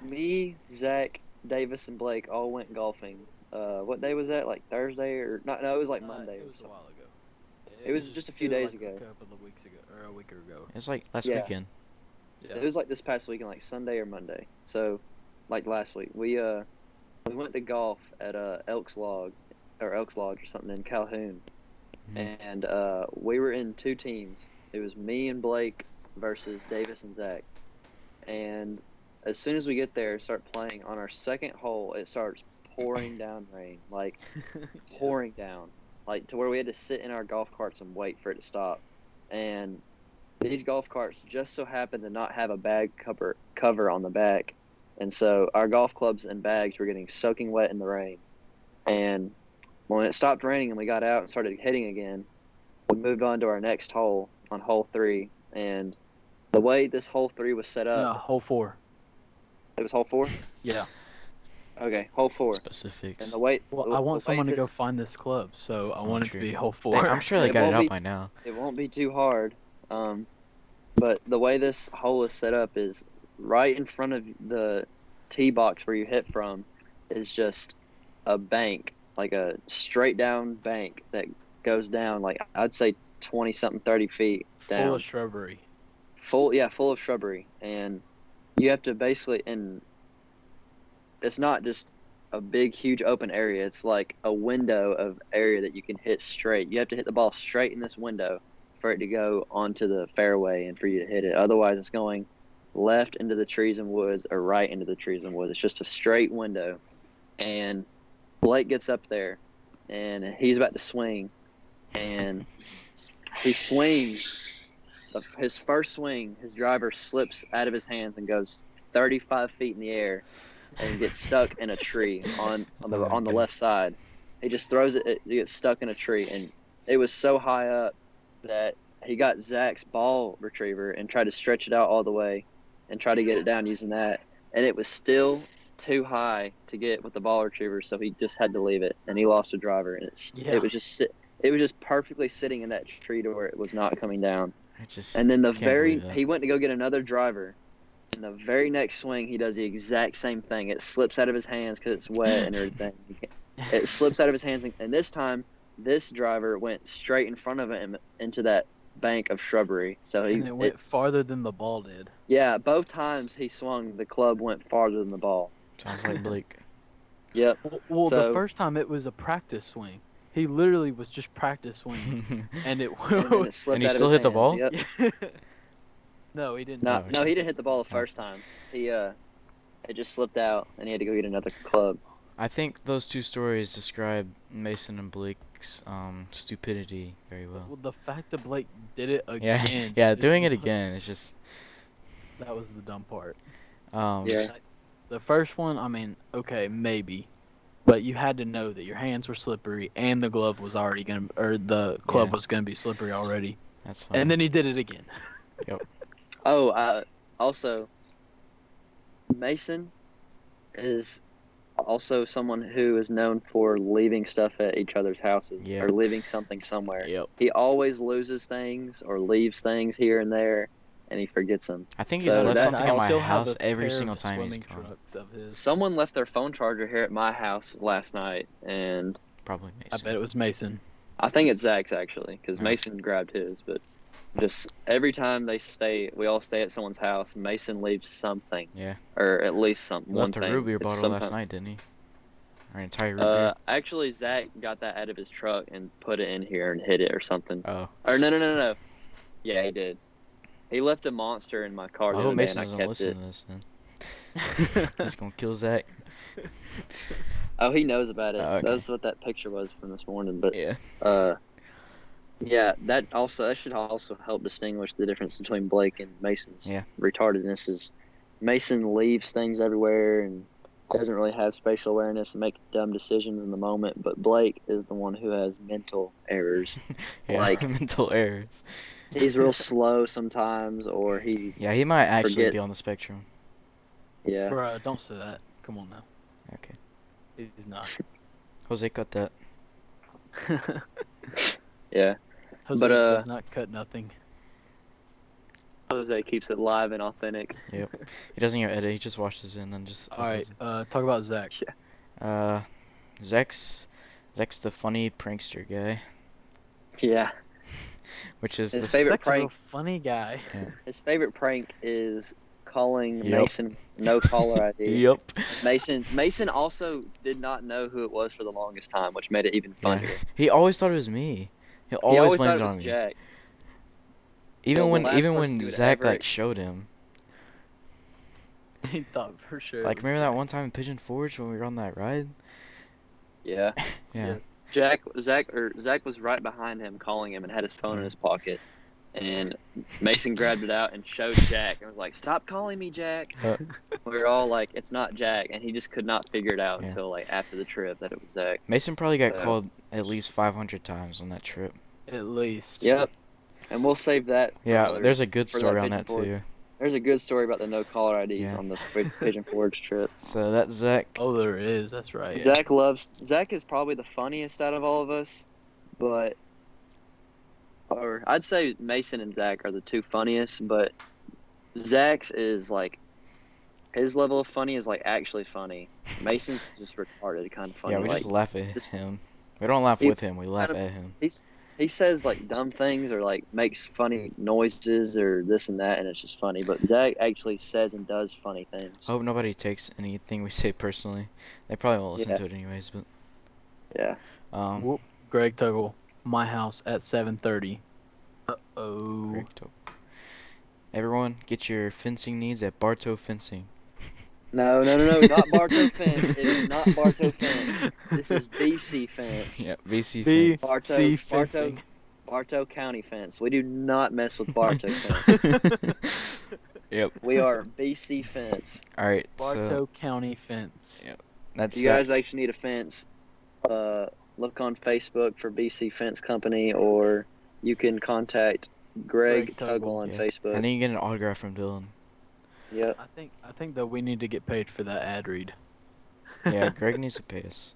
Speaker 3: me, Zach, Davis, and Blake all went golfing. Uh, what day was that? Like Thursday or not? No, it was like
Speaker 1: Uh,
Speaker 3: Monday.
Speaker 1: It
Speaker 3: or
Speaker 1: was a
Speaker 3: something.
Speaker 1: while ago.
Speaker 3: It was just a few
Speaker 1: it was
Speaker 3: days
Speaker 1: like
Speaker 3: ago.
Speaker 1: A couple of weeks ago, or a week ago.
Speaker 2: It was like last
Speaker 3: Yeah.
Speaker 2: weekend.
Speaker 3: It was like this past weekend, like Sunday or Monday. So, like last week, we uh, we went to golf at uh Elks Log, or Elks Lodge or something in Calhoun,
Speaker 2: Mhm.
Speaker 3: and uh, we were in two teams. It was me and Blake versus Davis and Zach. And as soon as we get there and start playing on our second hole, it starts pouring down rain, like pouring down, like to where we had to sit in our golf carts and wait for it to stop. And these golf carts just so happened to not have a bag cover cover on the back, and so our golf clubs and bags were getting soaking wet in the rain. And when it stopped raining and we got out and started hitting again, we moved on to our next hole on hole three. And the way this hole three was set
Speaker 1: No,
Speaker 3: up,
Speaker 1: hole four.
Speaker 3: it was hole four.
Speaker 1: Yeah.
Speaker 3: Okay, hole four. And
Speaker 2: Specifics.
Speaker 3: the way
Speaker 1: Well,
Speaker 3: the-
Speaker 1: I want
Speaker 3: the way
Speaker 1: someone to go
Speaker 3: this-
Speaker 1: find this club, so I want it to
Speaker 2: true.
Speaker 1: be hole four.
Speaker 2: Dang, I'm sure they
Speaker 3: It
Speaker 2: got it
Speaker 3: won't
Speaker 2: out
Speaker 3: be-
Speaker 2: by now.
Speaker 3: it won't be too hard. Um, but the way this hole is set up is right in front of the tee box where you hit from is just a bank, like a straight down bank that goes down like I'd say twenty something, thirty feet down
Speaker 1: *laughs* Full of shrubbery.
Speaker 3: full yeah full of shrubbery and you have to basically and it's not just a big huge open area it's like a window of area that you can hit straight you have to hit the ball straight in this window for it to go onto the fairway and for you to hit it otherwise it's going left into the trees and woods or right into the trees and woods it's just a straight window and blake gets up there and he's about to swing and he swings the, his first swing, his driver slips out of his hands and goes 35 feet in the air and gets stuck in a tree on, on the
Speaker 2: Oh my
Speaker 3: on the
Speaker 2: God.
Speaker 3: left side. He just throws it, it gets stuck in a tree, and it was so high up that he got Zach's ball retriever and tried to stretch it out all the way and try to get it down using that, and it was still too high to get with the ball retriever, so he just had to leave it, and he lost a driver, and it's,
Speaker 1: Yeah.
Speaker 3: it was just sit, it was just perfectly sitting in that tree to where it was not coming down.
Speaker 2: I just
Speaker 3: And then the
Speaker 2: Can't
Speaker 3: very
Speaker 2: believe that.
Speaker 3: he went to go get another driver, and the very next swing he does the exact same thing. It slips out of his hands because it's wet and
Speaker 2: *laughs*
Speaker 3: everything. He can't- It slips out of his hands, and, and this time this driver went straight in front of him into that bank of shrubbery. So he
Speaker 1: And it went
Speaker 3: it-
Speaker 1: farther than the ball did.
Speaker 3: yeah, both times he swung, the club went farther than
Speaker 2: *laughs*
Speaker 3: the ball.
Speaker 2: sounds
Speaker 1: *laughs*
Speaker 2: like Blake.
Speaker 3: Yep.
Speaker 1: Well, well the
Speaker 3: So-
Speaker 1: first time it was a practice swing. He literally was just practice
Speaker 2: *laughs*
Speaker 1: swinging, and it
Speaker 3: And then it slipped
Speaker 2: And he
Speaker 3: out of
Speaker 2: still hit
Speaker 3: his
Speaker 2: the
Speaker 3: hands.
Speaker 2: ball?
Speaker 3: Yep.
Speaker 1: *laughs* no, he didn't.
Speaker 3: No,
Speaker 2: Oh,
Speaker 3: no,
Speaker 2: okay.
Speaker 3: he didn't hit the ball the first time. He uh, it just slipped out, and he had to go get another club.
Speaker 2: I think those two stories describe Mason and Blake's um, stupidity very well.
Speaker 1: Well, the fact that Blake did it
Speaker 2: Yeah,
Speaker 1: again.
Speaker 2: *laughs* yeah,
Speaker 1: is
Speaker 2: doing
Speaker 1: the
Speaker 2: it
Speaker 1: part-
Speaker 2: again. It's just
Speaker 1: That was the dumb part.
Speaker 2: um,
Speaker 3: Yeah.
Speaker 1: The first one, I mean, okay, maybe, but you had to know that your hands were slippery and the glove was already gonna, or the club
Speaker 2: Yeah.
Speaker 1: was gonna be slippery already.
Speaker 2: that's fine.
Speaker 1: And then he did it again.
Speaker 3: Oh, uh, also, Mason is also someone who is known for leaving stuff at each other's houses
Speaker 2: Yeah.
Speaker 3: or leaving something somewhere.
Speaker 2: yep.
Speaker 3: He always loses things or leaves things here and there, and he forgets them.
Speaker 2: I think he's
Speaker 3: So
Speaker 2: left
Speaker 3: that-
Speaker 2: something
Speaker 1: I
Speaker 2: at my
Speaker 1: still have
Speaker 2: house
Speaker 1: a pair
Speaker 2: every
Speaker 1: of
Speaker 2: single
Speaker 1: the
Speaker 2: time he's
Speaker 1: swimming
Speaker 2: gone.
Speaker 1: trunks of his.
Speaker 3: Someone left their phone charger here at my house last night, and
Speaker 2: Probably
Speaker 1: I
Speaker 2: Mason.
Speaker 1: bet it was Mason.
Speaker 3: I think it's Zach's actually, because
Speaker 2: Hmm.
Speaker 3: Mason grabbed his. But just every time they stay, we all stay at someone's house. Mason leaves something,
Speaker 2: Yeah.
Speaker 3: or at least something.
Speaker 2: Left
Speaker 3: one
Speaker 2: a
Speaker 3: thing.
Speaker 2: root beer
Speaker 3: It's
Speaker 2: bottle last
Speaker 3: sometimes-
Speaker 2: night, didn't he? Or an entire root
Speaker 3: Uh, actually, Zach got that out of his truck and put it in here and hid it or something.
Speaker 2: beer. Oh,
Speaker 3: Or no, no, no, no. Yeah, he did. He left a monster in my
Speaker 2: I
Speaker 3: car. The
Speaker 2: hope
Speaker 3: other day
Speaker 2: Oh, Mason
Speaker 3: and I
Speaker 2: doesn't
Speaker 3: kept
Speaker 2: listen
Speaker 3: it.
Speaker 2: to this. Then
Speaker 3: *laughs*
Speaker 2: he's gonna kill Zach.
Speaker 3: Oh, he knows about it.
Speaker 2: Oh, okay.
Speaker 3: That's what that picture was from this morning. But
Speaker 2: Yeah. *laughs*
Speaker 3: uh, yeah, that also that should also help distinguish the difference between Blake and Mason's
Speaker 2: Yeah.
Speaker 3: retardedness. Is Mason leaves things everywhere and doesn't really have spatial awareness and make dumb decisions in the moment. But Blake is the one who has mental errors.
Speaker 2: Yeah.
Speaker 3: Like-
Speaker 2: *laughs* mental errors.
Speaker 3: he's *laughs* real slow sometimes, or he's
Speaker 2: Yeah, he might actually
Speaker 3: Forget-
Speaker 2: be on the spectrum.
Speaker 3: yeah. *laughs*
Speaker 1: Bruh, don't say that. Come on now.
Speaker 2: Okay.
Speaker 1: He's not.
Speaker 2: Jose cut that.
Speaker 3: Yeah,
Speaker 1: Jose
Speaker 3: But, uh,
Speaker 1: does not cut nothing.
Speaker 3: Jose keeps it live and authentic.
Speaker 2: He doesn't even edit. He just watches it and then just.
Speaker 1: All right,
Speaker 2: uploads
Speaker 1: uh, talk about Zach.
Speaker 2: it. Uh, Zach's Zach's the funny prankster guy,
Speaker 3: Yeah,
Speaker 2: which is
Speaker 3: His
Speaker 2: the s-
Speaker 3: favorite
Speaker 1: Zach's a real
Speaker 3: prank-
Speaker 1: funny guy. *laughs*
Speaker 3: his favorite prank is calling
Speaker 2: Yep.
Speaker 3: Mason no caller
Speaker 2: *laughs*
Speaker 3: ID.
Speaker 2: Yep.
Speaker 3: Mason Mason also did not know who it was for the longest time, which made it even
Speaker 2: Yeah.
Speaker 3: funnier.
Speaker 2: He always thought it was me. He
Speaker 3: He
Speaker 2: always
Speaker 3: always thought
Speaker 2: blamed it
Speaker 3: it
Speaker 2: on
Speaker 3: was
Speaker 2: me.
Speaker 3: Jack.
Speaker 2: Even
Speaker 3: the
Speaker 2: when
Speaker 3: last
Speaker 2: even
Speaker 3: person
Speaker 2: when
Speaker 3: to
Speaker 2: Zach
Speaker 3: ever-
Speaker 2: like showed him,
Speaker 1: he thought for sure.
Speaker 2: like remember that one time in Pigeon Forge when we were on that ride?
Speaker 3: Yeah.
Speaker 2: Yeah.
Speaker 3: Jack, Zach, or Zach was right behind him, calling him, and had his phone in his pocket. And Mason grabbed it out and showed Jack, and was like, "Stop calling me Jack."
Speaker 2: Uh.
Speaker 3: *laughs* we were all like, "It's not Jack," and he just could not figure it out
Speaker 2: Yeah.
Speaker 3: until like after the trip that it was Zach.
Speaker 2: Mason probably got
Speaker 3: Uh,
Speaker 2: called at least 500 times on that trip.
Speaker 1: At least.
Speaker 3: Yep. And we'll save that. for
Speaker 2: Yeah,
Speaker 3: another-
Speaker 2: there's a good
Speaker 3: for that
Speaker 2: story on
Speaker 3: Pigeon
Speaker 2: that
Speaker 3: Forge.
Speaker 2: too.
Speaker 3: there's a good story about the no caller IDs
Speaker 2: Yeah.
Speaker 3: on the Pi- Pigeon Forge trip.
Speaker 2: So that Zach,
Speaker 1: Oh, there is. That's right.
Speaker 3: Zach loves Zach is probably the funniest out of all of us, but or I'd say Mason and Zach are the two funniest, but Zach's is like his level of funny is like actually funny.
Speaker 2: *laughs*
Speaker 3: Mason's just retarded kind of Oh, funny.
Speaker 2: yeah, we
Speaker 3: like,
Speaker 2: just laugh at
Speaker 3: just-
Speaker 2: him. We don't laugh
Speaker 3: He-
Speaker 2: with him. We laugh
Speaker 3: kinda-
Speaker 2: at him.
Speaker 3: he says like dumb things or like makes funny noises or this and that, and it's just funny. But Zach actually says and does funny things.
Speaker 2: I hope nobody takes anything we say personally. They probably won't listen
Speaker 3: Yeah.
Speaker 2: to it anyways. But
Speaker 3: Yeah,
Speaker 2: um,
Speaker 1: Whoop. Greg Tuggle, my house at 7:30. Uh oh.
Speaker 2: correct. Everyone, get your fencing needs at Bartow Fencing. *laughs*
Speaker 3: no, no, no, no, not Bartow Fence. It is not Bartow Fence. This is BC Fence.
Speaker 2: Yeah,
Speaker 1: *laughs*
Speaker 2: VC
Speaker 1: B-
Speaker 2: Fence.
Speaker 3: Bartow,
Speaker 1: See
Speaker 3: Bartow,
Speaker 1: fencing.
Speaker 3: Bartow County fence. We do not mess
Speaker 2: *laughs*
Speaker 3: with Bartow fence.
Speaker 2: yep.
Speaker 3: We are BC fence.
Speaker 2: *laughs* All right. So
Speaker 1: Bartow County fence.
Speaker 2: that's
Speaker 3: If you guys actually need a fence, uh, look on Facebook for BC Fence Company, or you can contact Greg,
Speaker 1: Greg Tuggle.
Speaker 3: Tuggle on
Speaker 2: Yeah.
Speaker 3: Facebook.
Speaker 2: I need to get an autograph from Dylan.
Speaker 3: Yep.
Speaker 1: I think I think that we need to get paid for that ad read.
Speaker 2: Yeah, Greg needs to pay us.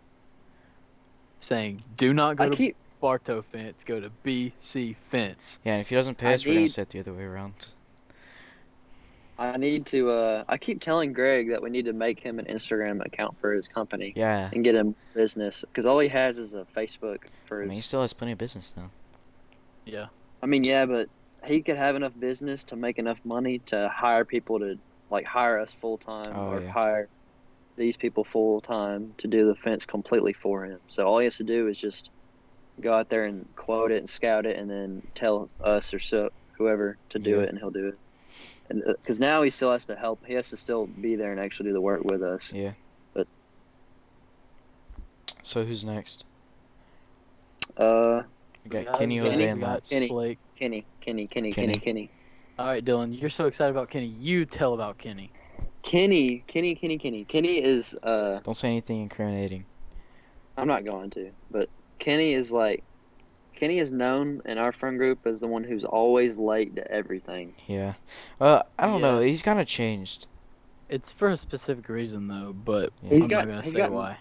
Speaker 1: *laughs* Saying, do not go
Speaker 3: I
Speaker 1: to
Speaker 3: keep.
Speaker 1: Bartow fence. Go to BC fence.
Speaker 2: Yeah, and if he doesn't pay
Speaker 3: I
Speaker 2: us, we're gonna
Speaker 3: need-
Speaker 2: set the other way around.
Speaker 3: I need to. Uh, I keep telling Greg that we need to make him an Instagram account for his company
Speaker 2: Yeah.
Speaker 3: and get him business because all he has is a Facebook for
Speaker 2: I
Speaker 3: his
Speaker 2: mean, he still has plenty of business now.
Speaker 1: Yeah.
Speaker 3: I mean, yeah, but he could have enough business to make enough money to hire people to like hire us full time
Speaker 2: Oh,
Speaker 3: or
Speaker 2: yeah.
Speaker 3: hire these people full time to do the fence completely for him. So all he has to do is just go out there and quote it and scout it, and then tell us or so whoever to do
Speaker 2: Yeah.
Speaker 3: it, and he'll do it. And because now he still has to help, he has to still be there and actually do the work with us.
Speaker 2: Yeah.
Speaker 3: But-
Speaker 2: So who's next?
Speaker 3: Uh,
Speaker 2: We got
Speaker 1: Yeah,
Speaker 2: Kenny,
Speaker 1: we got-
Speaker 2: Jose,
Speaker 3: Kenny,
Speaker 2: and
Speaker 1: we got
Speaker 2: Lutz.
Speaker 3: Kenny.
Speaker 1: Blake.
Speaker 3: Kenny, Kenny, Kenny, Kenny,
Speaker 2: Kenny.
Speaker 3: Kenny,
Speaker 1: All right, Dylan, you're so excited about Kenny. You tell about Kenny.
Speaker 3: Kenny, Kenny, Kenny, Kenny. Kenny is uh.
Speaker 2: Don't say anything incriminating.
Speaker 3: I'm not going to, but Kenny is like Kenny is known in our friend group as the one who's always late to everything.
Speaker 2: Yeah. Well, I don't know.
Speaker 1: Yeah.
Speaker 2: He's kind of changed.
Speaker 1: It's for a specific reason though, but
Speaker 2: Yeah.
Speaker 3: He's
Speaker 1: I'm
Speaker 3: got-
Speaker 1: not gonna
Speaker 3: he's
Speaker 1: say
Speaker 3: gotten
Speaker 1: why.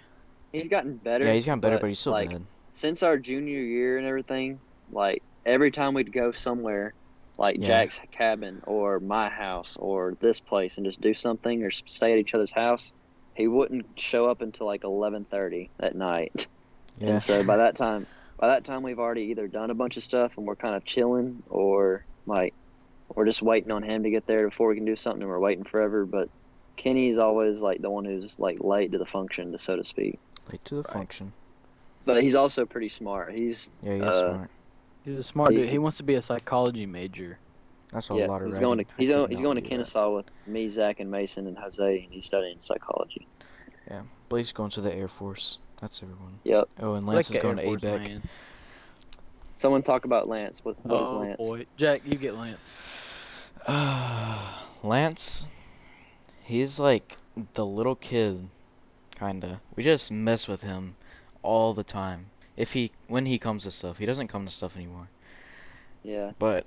Speaker 3: He's gotten better.
Speaker 2: yeah, he's gotten better, but, he's still
Speaker 3: like
Speaker 2: bad.
Speaker 3: since our junior year and everything, like every time we'd go somewhere, like
Speaker 2: Yeah.
Speaker 3: Jack's cabin or my house or this place, and just do something or s- stay at each other's house, he wouldn't show up until like eleven thirty at night. *laughs*
Speaker 2: Yeah.
Speaker 3: And so by that time, by that time we've already either done a bunch of stuff and we're kind of chilling, or like we're just waiting on him to get there before we can do something, and we're waiting forever. But Kenny's always like the one who's like late to the function, so to speak.
Speaker 2: Late to the
Speaker 3: Right.
Speaker 2: function.
Speaker 3: But he's also pretty smart. He's
Speaker 2: Yeah, he is
Speaker 3: Uh,
Speaker 2: smart.
Speaker 1: He's a smart
Speaker 3: he-
Speaker 1: dude. He wants to be a psychology major.
Speaker 2: That's a
Speaker 3: yeah,
Speaker 2: lot of
Speaker 3: he's
Speaker 2: writing.
Speaker 3: going to
Speaker 2: I
Speaker 3: he's
Speaker 2: could
Speaker 3: going, he's
Speaker 2: not
Speaker 3: going to
Speaker 2: do that.
Speaker 3: Kennesaw with me, Zach, and Mason and Jose, and he's studying psychology.
Speaker 2: Blake's going to the Air Force. That's everyone.
Speaker 3: Yep.
Speaker 2: Oh, and Lance
Speaker 1: Like
Speaker 2: is
Speaker 1: a
Speaker 2: going to
Speaker 1: Air Force
Speaker 2: ABEC.
Speaker 1: man.
Speaker 3: Someone talk about Lance. What, what is
Speaker 1: Oh
Speaker 3: Lance?
Speaker 1: boy, Jack, you get Lance.
Speaker 2: *sighs* Lance, he's like the little kid, kinda. We just mess with him all the time. If he when he comes to stuff, he doesn't come to stuff anymore.
Speaker 3: Yeah. *laughs*
Speaker 2: But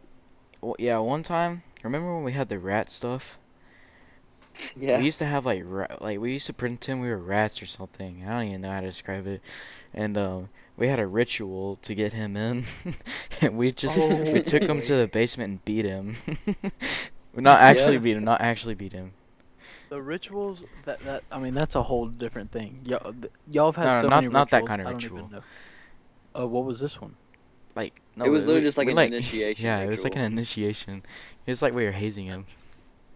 Speaker 2: w- yeah, one time, remember when we had the rat stuff?
Speaker 3: Yeah.
Speaker 2: We used to have like ra- like we used to pretend we were rats or something. I don't even know how to describe it. And um, we had a ritual to get him in, *laughs* and we just we took him to the basement and beat him. *laughs* not actually
Speaker 3: Oh. Yeah.
Speaker 2: beat him. Not actually beat him.
Speaker 1: The rituals that that I mean that's a whole different thing. Y'all, th- y'all have had
Speaker 2: No, no,
Speaker 1: so
Speaker 2: not-
Speaker 1: many
Speaker 2: not that
Speaker 1: rituals,
Speaker 2: kind of
Speaker 1: I don't even
Speaker 2: ritual.
Speaker 1: know. Uh, what was this one?
Speaker 2: Like no,
Speaker 3: It was
Speaker 2: we-
Speaker 3: literally
Speaker 2: we-
Speaker 3: just like
Speaker 2: we,
Speaker 3: an initiation
Speaker 2: Yeah, it was like an
Speaker 3: ritual.
Speaker 2: initiation. It's like we were hazing him.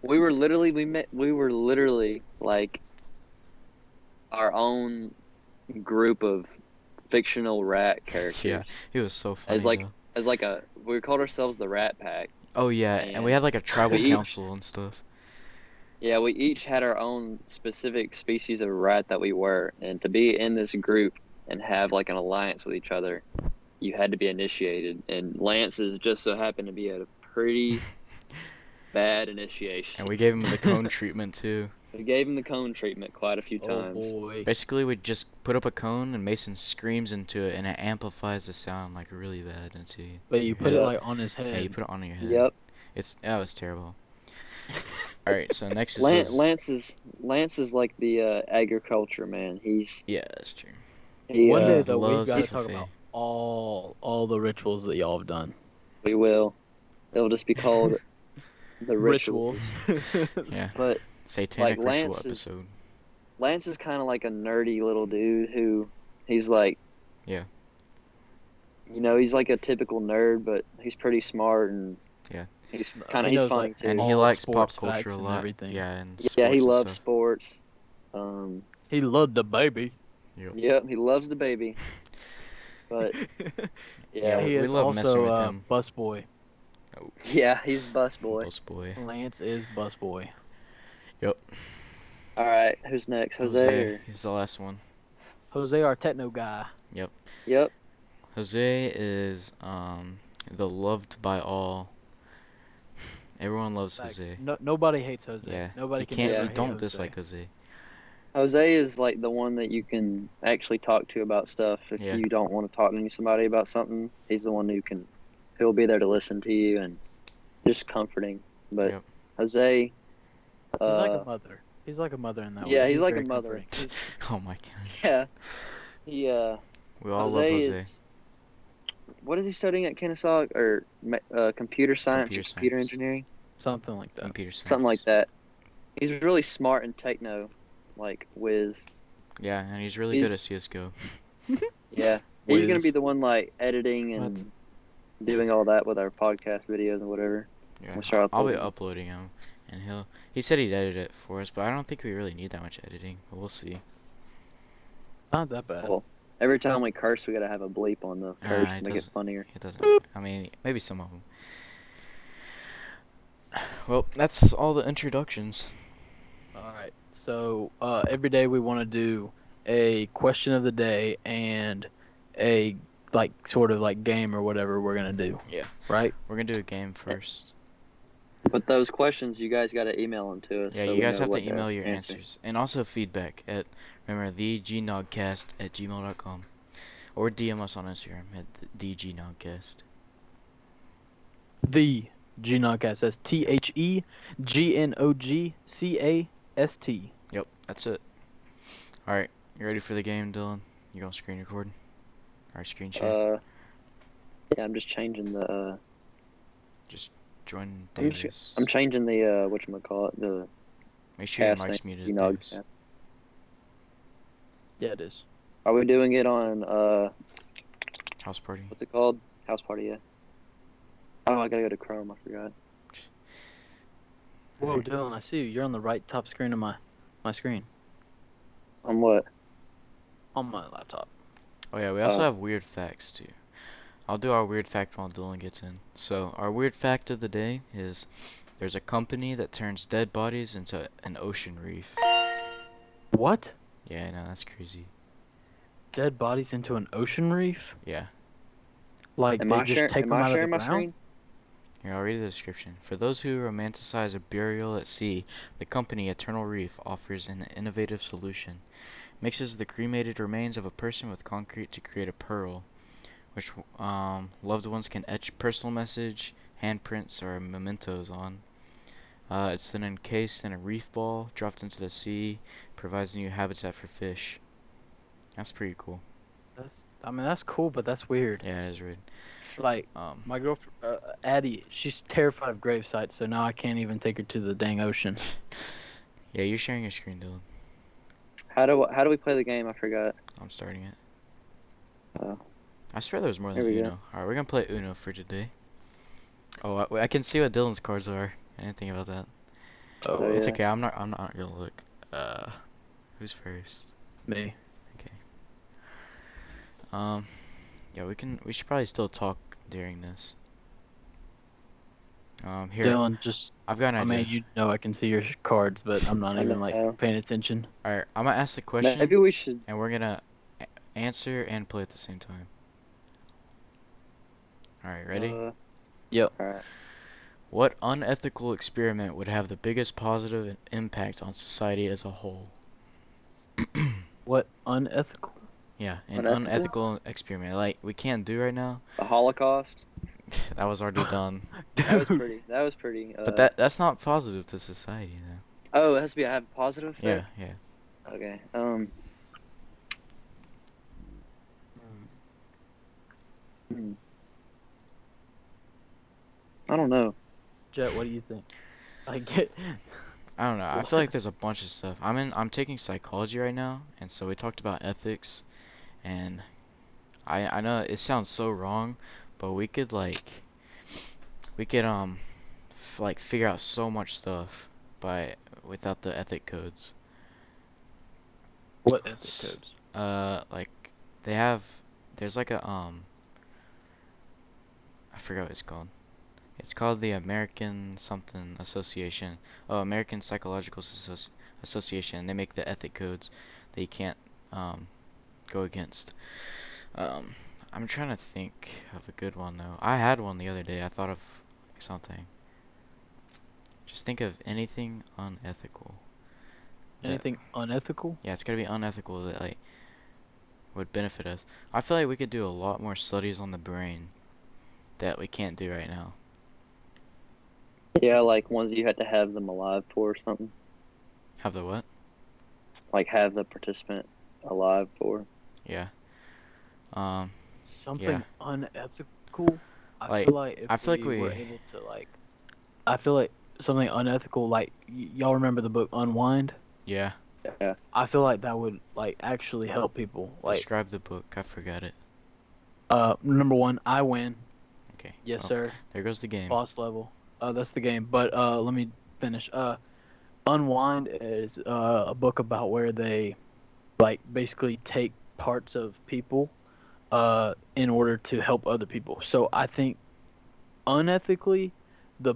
Speaker 3: We were literally we met we were literally like our own group of fictional rat characters.
Speaker 2: Yeah, it was so funny.
Speaker 3: like-
Speaker 2: though.
Speaker 3: As like a we called ourselves the Rat Pack.
Speaker 2: Oh yeah, and we
Speaker 3: Yeah.
Speaker 2: had like a
Speaker 3: *laughs*
Speaker 2: tribal
Speaker 3: each-
Speaker 2: council and stuff.
Speaker 3: Yeah, we each had our own specific species of rat that we were, and to be in this group and have like an alliance with each other, you had to be initiated. And Lance is just so happened to be at a pretty bad initiation.
Speaker 2: And we gave him the
Speaker 3: *laughs*
Speaker 2: cone treatment too.
Speaker 3: We gave him the cone treatment quite a few
Speaker 1: Oh
Speaker 3: times.
Speaker 1: boy.
Speaker 2: Basically, we just put up a cone and Mason screams into it, and it amplifies the sound like really bad into you.
Speaker 1: But you put
Speaker 3: Yeah.
Speaker 1: it like on his head.
Speaker 2: Yeah, you put it on your head.
Speaker 3: Yep.
Speaker 2: It's that was terrible. All right, so next is
Speaker 3: Lan-
Speaker 2: his-
Speaker 3: Lance is Lance is like the uh, agriculture man. He's
Speaker 2: yeah, that's true.
Speaker 3: he,
Speaker 1: One
Speaker 3: uh,
Speaker 1: day
Speaker 2: Yeah.
Speaker 1: though, we
Speaker 2: Loves
Speaker 1: gotta
Speaker 2: FFA.
Speaker 1: talk about all all the rituals that y'all have done.
Speaker 3: we will. It'll just be called the ritual. *laughs*
Speaker 1: Rituals.
Speaker 3: But
Speaker 2: Satanic
Speaker 3: Like,
Speaker 2: ritual
Speaker 3: Lance is-
Speaker 2: episode.
Speaker 3: Lance is kind of like a nerdy little dude who he's like,
Speaker 2: Yeah.
Speaker 3: You know, he's like a typical nerd, but he's pretty smart and
Speaker 2: Yeah.
Speaker 3: he's
Speaker 1: He
Speaker 3: kind of he's
Speaker 1: knows,
Speaker 3: funny
Speaker 1: like,
Speaker 3: too.
Speaker 2: And he
Speaker 1: all
Speaker 2: likes pop
Speaker 1: sports
Speaker 2: culture
Speaker 1: facts
Speaker 2: a
Speaker 1: and
Speaker 2: lot.
Speaker 1: everything.
Speaker 2: Yeah, and
Speaker 3: yeah,
Speaker 2: sports
Speaker 3: he
Speaker 2: and
Speaker 3: loves
Speaker 2: stuff.
Speaker 3: sports. Um,
Speaker 1: he loved the baby.
Speaker 2: Yep.
Speaker 3: yep, he loves the baby. But yeah,
Speaker 2: Yeah,
Speaker 3: yeah,
Speaker 1: he
Speaker 2: we
Speaker 1: is
Speaker 2: love
Speaker 1: also
Speaker 2: messing with
Speaker 1: uh,
Speaker 2: him.
Speaker 1: busboy.
Speaker 3: he's bus boy.
Speaker 2: Boss boy.
Speaker 1: Lance is busboy.
Speaker 3: All right, who's next? Jose. or-
Speaker 2: He's the last one.
Speaker 1: Jose Artetno guy.
Speaker 3: Yep.
Speaker 2: Jose is um the loved by all. Everyone loves
Speaker 1: Like,
Speaker 2: Jose.
Speaker 1: No, nobody hates Jose.
Speaker 2: Yeah.
Speaker 1: Nobody
Speaker 2: you
Speaker 1: can
Speaker 2: can't.
Speaker 1: ever
Speaker 2: you
Speaker 1: hate
Speaker 2: don't
Speaker 1: Jose.
Speaker 2: dislike Jose.
Speaker 3: Jose is like the one that you can actually talk to about stuff. If
Speaker 2: Yeah.
Speaker 3: you don't want to talk to somebody about something, he's the one who can, he'll be there to listen to you and just comforting. But
Speaker 2: Yep.
Speaker 3: Jose, uh,
Speaker 1: He's like a mother. He's like a mother in that way.
Speaker 3: yeah, he's, like a
Speaker 1: very
Speaker 3: mother.
Speaker 1: comforting.
Speaker 3: He's-
Speaker 2: *laughs* Oh my god.
Speaker 3: *laughs* yeah, he uh,
Speaker 2: We all
Speaker 3: Jose,
Speaker 2: love Jose.
Speaker 3: Is, what is he studying at Kennesaw or ma- uh, computer science
Speaker 2: Computer
Speaker 3: or computer
Speaker 2: science.
Speaker 3: engineering?
Speaker 1: Something like that.
Speaker 2: and Peter
Speaker 3: Something like
Speaker 2: Saints.
Speaker 3: that. He's really smart and techno, like whiz.
Speaker 2: Yeah, and he's really
Speaker 3: He's-
Speaker 2: good at CS:GO.
Speaker 3: Yeah. He's gonna
Speaker 1: Wiz.
Speaker 3: be the one like editing and
Speaker 2: What?
Speaker 3: doing all that with our podcast videos and whatever.
Speaker 2: Yeah.
Speaker 3: We'll start
Speaker 2: I'll be
Speaker 3: uploading.
Speaker 2: uploading him, and he'll. He said he'd edit it for us, but I don't think we really need that much editing. But we'll see.
Speaker 1: Not that bad.
Speaker 3: Cool. Every time we curse, we gotta have a bleep on the curse
Speaker 2: it
Speaker 3: to make it
Speaker 2: doesn't-
Speaker 3: funnier.
Speaker 2: It doesn't. I mean, maybe some of them. Well, that's all the introductions.
Speaker 1: All right. So uh, every day we want to do a question of the day and a like sort of like game or whatever we're gonna do.
Speaker 2: Yeah.
Speaker 1: Right.
Speaker 2: We're gonna do a game first.
Speaker 3: But those questions, you guys gotta email them to us.
Speaker 2: Yeah,
Speaker 3: so we
Speaker 2: you guys
Speaker 3: know
Speaker 2: have to
Speaker 3: what
Speaker 2: email your
Speaker 3: answer.
Speaker 2: answers and also feedback at remember thegnogcast at gmail.com or DM us on Instagram at thegnogcast.
Speaker 1: The Gnogcast. That's T H E G N O G C A S T.
Speaker 2: Yep, that's it. All right, you ready for the game, Dylan? You gonna screen record? Or screen share?
Speaker 3: Uh, yeah, I'm just changing the. Uh,
Speaker 2: Just join
Speaker 3: I'm ch-
Speaker 2: Davis.
Speaker 3: I'm changing the. Uh, what you call it? The
Speaker 2: Make sure your
Speaker 3: cast
Speaker 2: mic's
Speaker 3: name.
Speaker 2: muted.
Speaker 3: You know,
Speaker 2: Davis.
Speaker 3: yeah.
Speaker 1: Yeah, it is.
Speaker 3: Are we doing it on uh,
Speaker 2: House party.
Speaker 3: what's it called? House party. Yeah. Oh, I gotta go to Chrome. I forgot.
Speaker 1: Whoa,
Speaker 2: Alright.
Speaker 1: Dylan, I see you. You're on the right top screen of my my screen
Speaker 3: On what?
Speaker 1: on my laptop.
Speaker 2: Oh yeah, we also
Speaker 3: Uh,
Speaker 2: have weird facts too. I'll do our weird fact while Dylan gets in. So our weird fact of the day is there's a company that turns dead bodies into an ocean reef.
Speaker 1: What?
Speaker 2: Yeah, I know that's crazy.
Speaker 1: Dead bodies into an ocean reef?
Speaker 2: Yeah.
Speaker 1: Like
Speaker 3: Am
Speaker 1: they
Speaker 3: I,
Speaker 1: just
Speaker 3: share,
Speaker 1: take
Speaker 3: am
Speaker 1: them
Speaker 3: I
Speaker 1: out of the
Speaker 3: sharing my
Speaker 1: ground?
Speaker 3: screen?
Speaker 2: Here, I'll read the description. For those who romanticize a burial at sea, the company Eternal Reef offers an innovative solution. Mixes the cremated remains of a person with concrete to create a pearl, which um, loved ones can etch personal message, handprints, or mementos on. Uh, it's then encased in a reef ball, dropped into the sea, provides new habitat for fish. That's pretty cool.
Speaker 1: That's I mean that's cool, but that's weird.
Speaker 2: Yeah, it is weird.
Speaker 1: Like
Speaker 2: Um,
Speaker 1: my girlfriend uh, Addie, she's terrified of grave sites, so now I can't even take her to the dang ocean.
Speaker 2: yeah, you're sharing your screen, Dylan.
Speaker 3: How do how do we play the game? I forgot.
Speaker 2: I'm starting it.
Speaker 3: Oh.
Speaker 2: I swear there was more
Speaker 3: There
Speaker 2: than
Speaker 3: we go.
Speaker 2: Uno. Alright, we're gonna play Uno for today. Oh, I, I can see what Dylan's cards are. I didn't think about that.
Speaker 1: Oh,
Speaker 3: Oh,
Speaker 2: It's
Speaker 3: yeah.
Speaker 2: okay. I'm not. I'm not gonna look. Uh, who's first?
Speaker 1: me.
Speaker 2: Um, yeah, we can. We should probably still talk during this. Um, here,
Speaker 1: Dylan, just
Speaker 2: I've got an
Speaker 1: I
Speaker 2: idea.
Speaker 1: mean, you know I can see your cards, but I'm not
Speaker 3: I
Speaker 1: even
Speaker 3: know.
Speaker 1: like paying attention.
Speaker 2: All right, I'm gonna ask the question,
Speaker 3: Maybe we should.
Speaker 2: and we're gonna a- answer and play at the same time. All right, ready?
Speaker 3: Uh,
Speaker 1: Yep.
Speaker 3: All right.
Speaker 2: What unethical experiment would have the biggest positive impact on society as a whole?
Speaker 1: What unethical?
Speaker 2: Yeah, an
Speaker 3: Unethical?
Speaker 2: unethical experiment. Like we can't do right now.
Speaker 3: The Holocaust.
Speaker 2: that was
Speaker 3: *laughs*
Speaker 2: already done.
Speaker 3: That was
Speaker 1: Dude,
Speaker 3: pretty. That was pretty. Uh,
Speaker 2: *laughs* But that that's not positive to society though.
Speaker 3: Oh, it has to be. I have positive.
Speaker 2: Yeah,
Speaker 3: effect?
Speaker 2: yeah.
Speaker 3: Okay. Um. hmm. I don't know.
Speaker 1: Jet, what do you think? I get.
Speaker 2: I don't know. I
Speaker 3: *laughs*
Speaker 2: feel like there's a bunch of stuff. I'm in I'm taking psychology right now and so we talked about ethics and I I know it sounds so wrong, but we could like we could um f- like figure out so much stuff by without the ethic codes.
Speaker 1: *laughs* What ethic
Speaker 2: S-
Speaker 1: codes?
Speaker 2: Uh like they have there's like a um I forgot what it's called. It's called the American something association. Oh, American Psychological Associ- Association. They make the ethic codes that you can't um go against. Um I'm trying to think of a good one though. I had one the other day. I thought of something. Just think of anything unethical. that-
Speaker 1: Anything unethical?
Speaker 2: yeah, it's gotta be unethical that like would benefit us. I feel like we could do a lot more studies on the brain that we can't do right now.
Speaker 3: Yeah, like ones you had to have them alive for or something.
Speaker 2: Have the what?
Speaker 3: Like have the participant alive for.
Speaker 2: Yeah. Um,
Speaker 1: Something
Speaker 2: Yeah.
Speaker 1: unethical? I
Speaker 2: Like,
Speaker 1: feel like if
Speaker 2: I feel like
Speaker 1: we were
Speaker 2: we-
Speaker 1: able to like, I feel like something unethical. Like y- y'all remember the book Unwind?
Speaker 2: yeah.
Speaker 3: Yeah.
Speaker 1: I feel like that would like actually help people. Like,
Speaker 2: Describe the book. I forgot it.
Speaker 1: uh, number one, I win.
Speaker 2: Okay.
Speaker 1: Yes,
Speaker 2: well,
Speaker 1: sir.
Speaker 2: There goes the game.
Speaker 1: boss level. Uh, that's the game. But uh, let me finish. Uh, Unwind is uh, a book about where they, like, basically take parts of people, uh, in order to help other people. So I think, unethically, the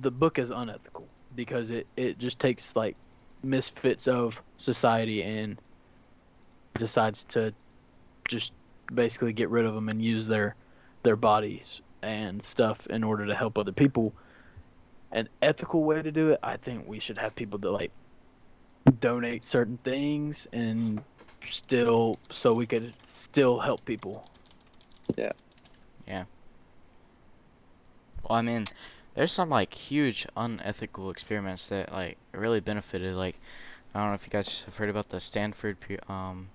Speaker 1: the book is unethical because it it just takes like misfits of society and decides to just basically get rid of them and use their their bodies and stuff in order to help other people. An ethical way to do it, I think we should have people that like donate certain things and still so we could still help people.
Speaker 2: Well, I mean, there's some like huge unethical experiments that like really benefited. Like, I don't know if you guys have heard about the Stanford pu- um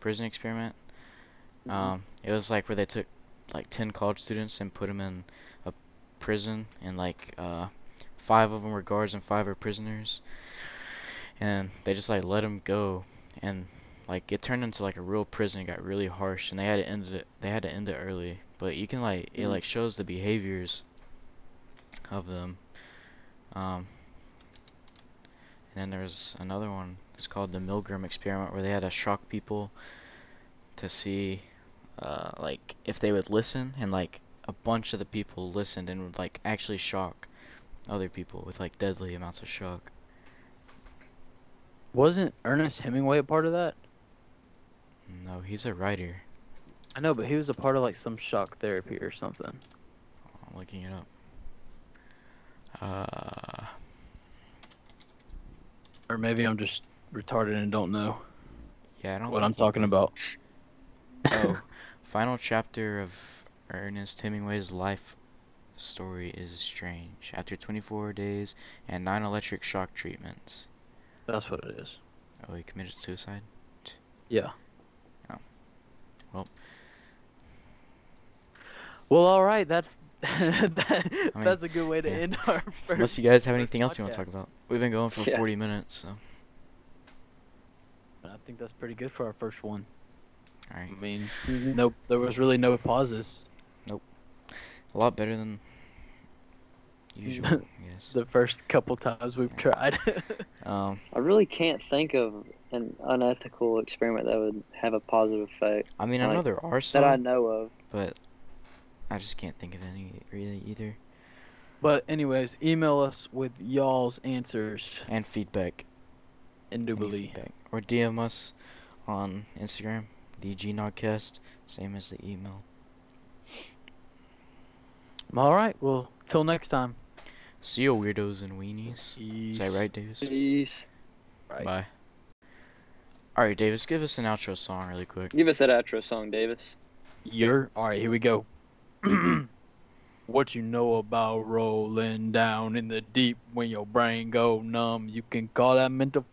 Speaker 2: prison experiment.
Speaker 3: Mhm.
Speaker 2: Um, it was like where they took like ten college students and put them in a prison, and like uh, five of them were guards and five were prisoners, and they just like let them go, and like it turned into like a real prison. It got really harsh, and they had to end it. They had to end it early, but you can like it
Speaker 3: Mhm.
Speaker 2: like shows the behaviors of them. Um, and then there's another one. It's called the Milgram experiment, where they had to shock people to see, uh, like if they would listen, and like a bunch of the people listened and would like actually shock other people with like deadly amounts of shock.
Speaker 1: Wasn't Ernest Hemingway a part of that?
Speaker 2: No, he's a writer.
Speaker 1: I know, but he was a part of like some shock therapy or something.
Speaker 2: I'm looking it up. Uh,
Speaker 1: Or maybe I'm just retarded and don't know
Speaker 2: yeah, I don't.
Speaker 1: what I'm
Speaker 2: think he
Speaker 1: talking *laughs*
Speaker 2: did.
Speaker 1: about.
Speaker 2: Oh, *laughs* final chapter of Ernest Hemingway's life story is strange. After 24 days and nine electric shock treatments,
Speaker 1: That's what it is.
Speaker 2: oh, he committed
Speaker 3: *laughs*
Speaker 2: suicide.
Speaker 1: Yeah.
Speaker 2: Oh. Well.
Speaker 1: Well, all right. That's *laughs* that, that's a good way to
Speaker 2: yeah.
Speaker 1: end our *laughs* first.
Speaker 2: Unless you guys have
Speaker 1: first
Speaker 2: anything else you want to talk
Speaker 1: podcast.
Speaker 2: about, we've been going for
Speaker 3: Yeah.
Speaker 2: 40 minutes, so
Speaker 1: I think that's pretty good for our first one.
Speaker 2: all
Speaker 1: I
Speaker 2: right,
Speaker 1: mean, no, there was really no pauses.
Speaker 2: a lot better than
Speaker 3: *laughs*
Speaker 2: usual, *laughs* I guess.
Speaker 1: *laughs* The first couple times we've tried. *laughs*
Speaker 2: Um,
Speaker 3: I really can't think of an unethical experiment that would have a positive effect
Speaker 2: I mean,
Speaker 3: I
Speaker 2: I know
Speaker 3: like-
Speaker 2: there are
Speaker 3: that I
Speaker 2: some,
Speaker 3: know of.
Speaker 2: but I just can't think of any really either.
Speaker 1: But anyways, email us with y'all's answers
Speaker 2: and feedback.
Speaker 1: indubitably.
Speaker 2: feedback. Or DM us on Instagram, the GNogcast, same as the email.
Speaker 1: All right. Well, till next time.
Speaker 2: See you, weirdos and weenies. Is that right, Davis?
Speaker 3: Peace.
Speaker 1: Right.
Speaker 2: Bye. Alright, Davis, give us an outro song really quick.
Speaker 3: Give us that outro song, Davis.
Speaker 1: You're all right. Here we go. *clears throat* what you know about rolling down in the deep when your brain go numb? You can call that mental.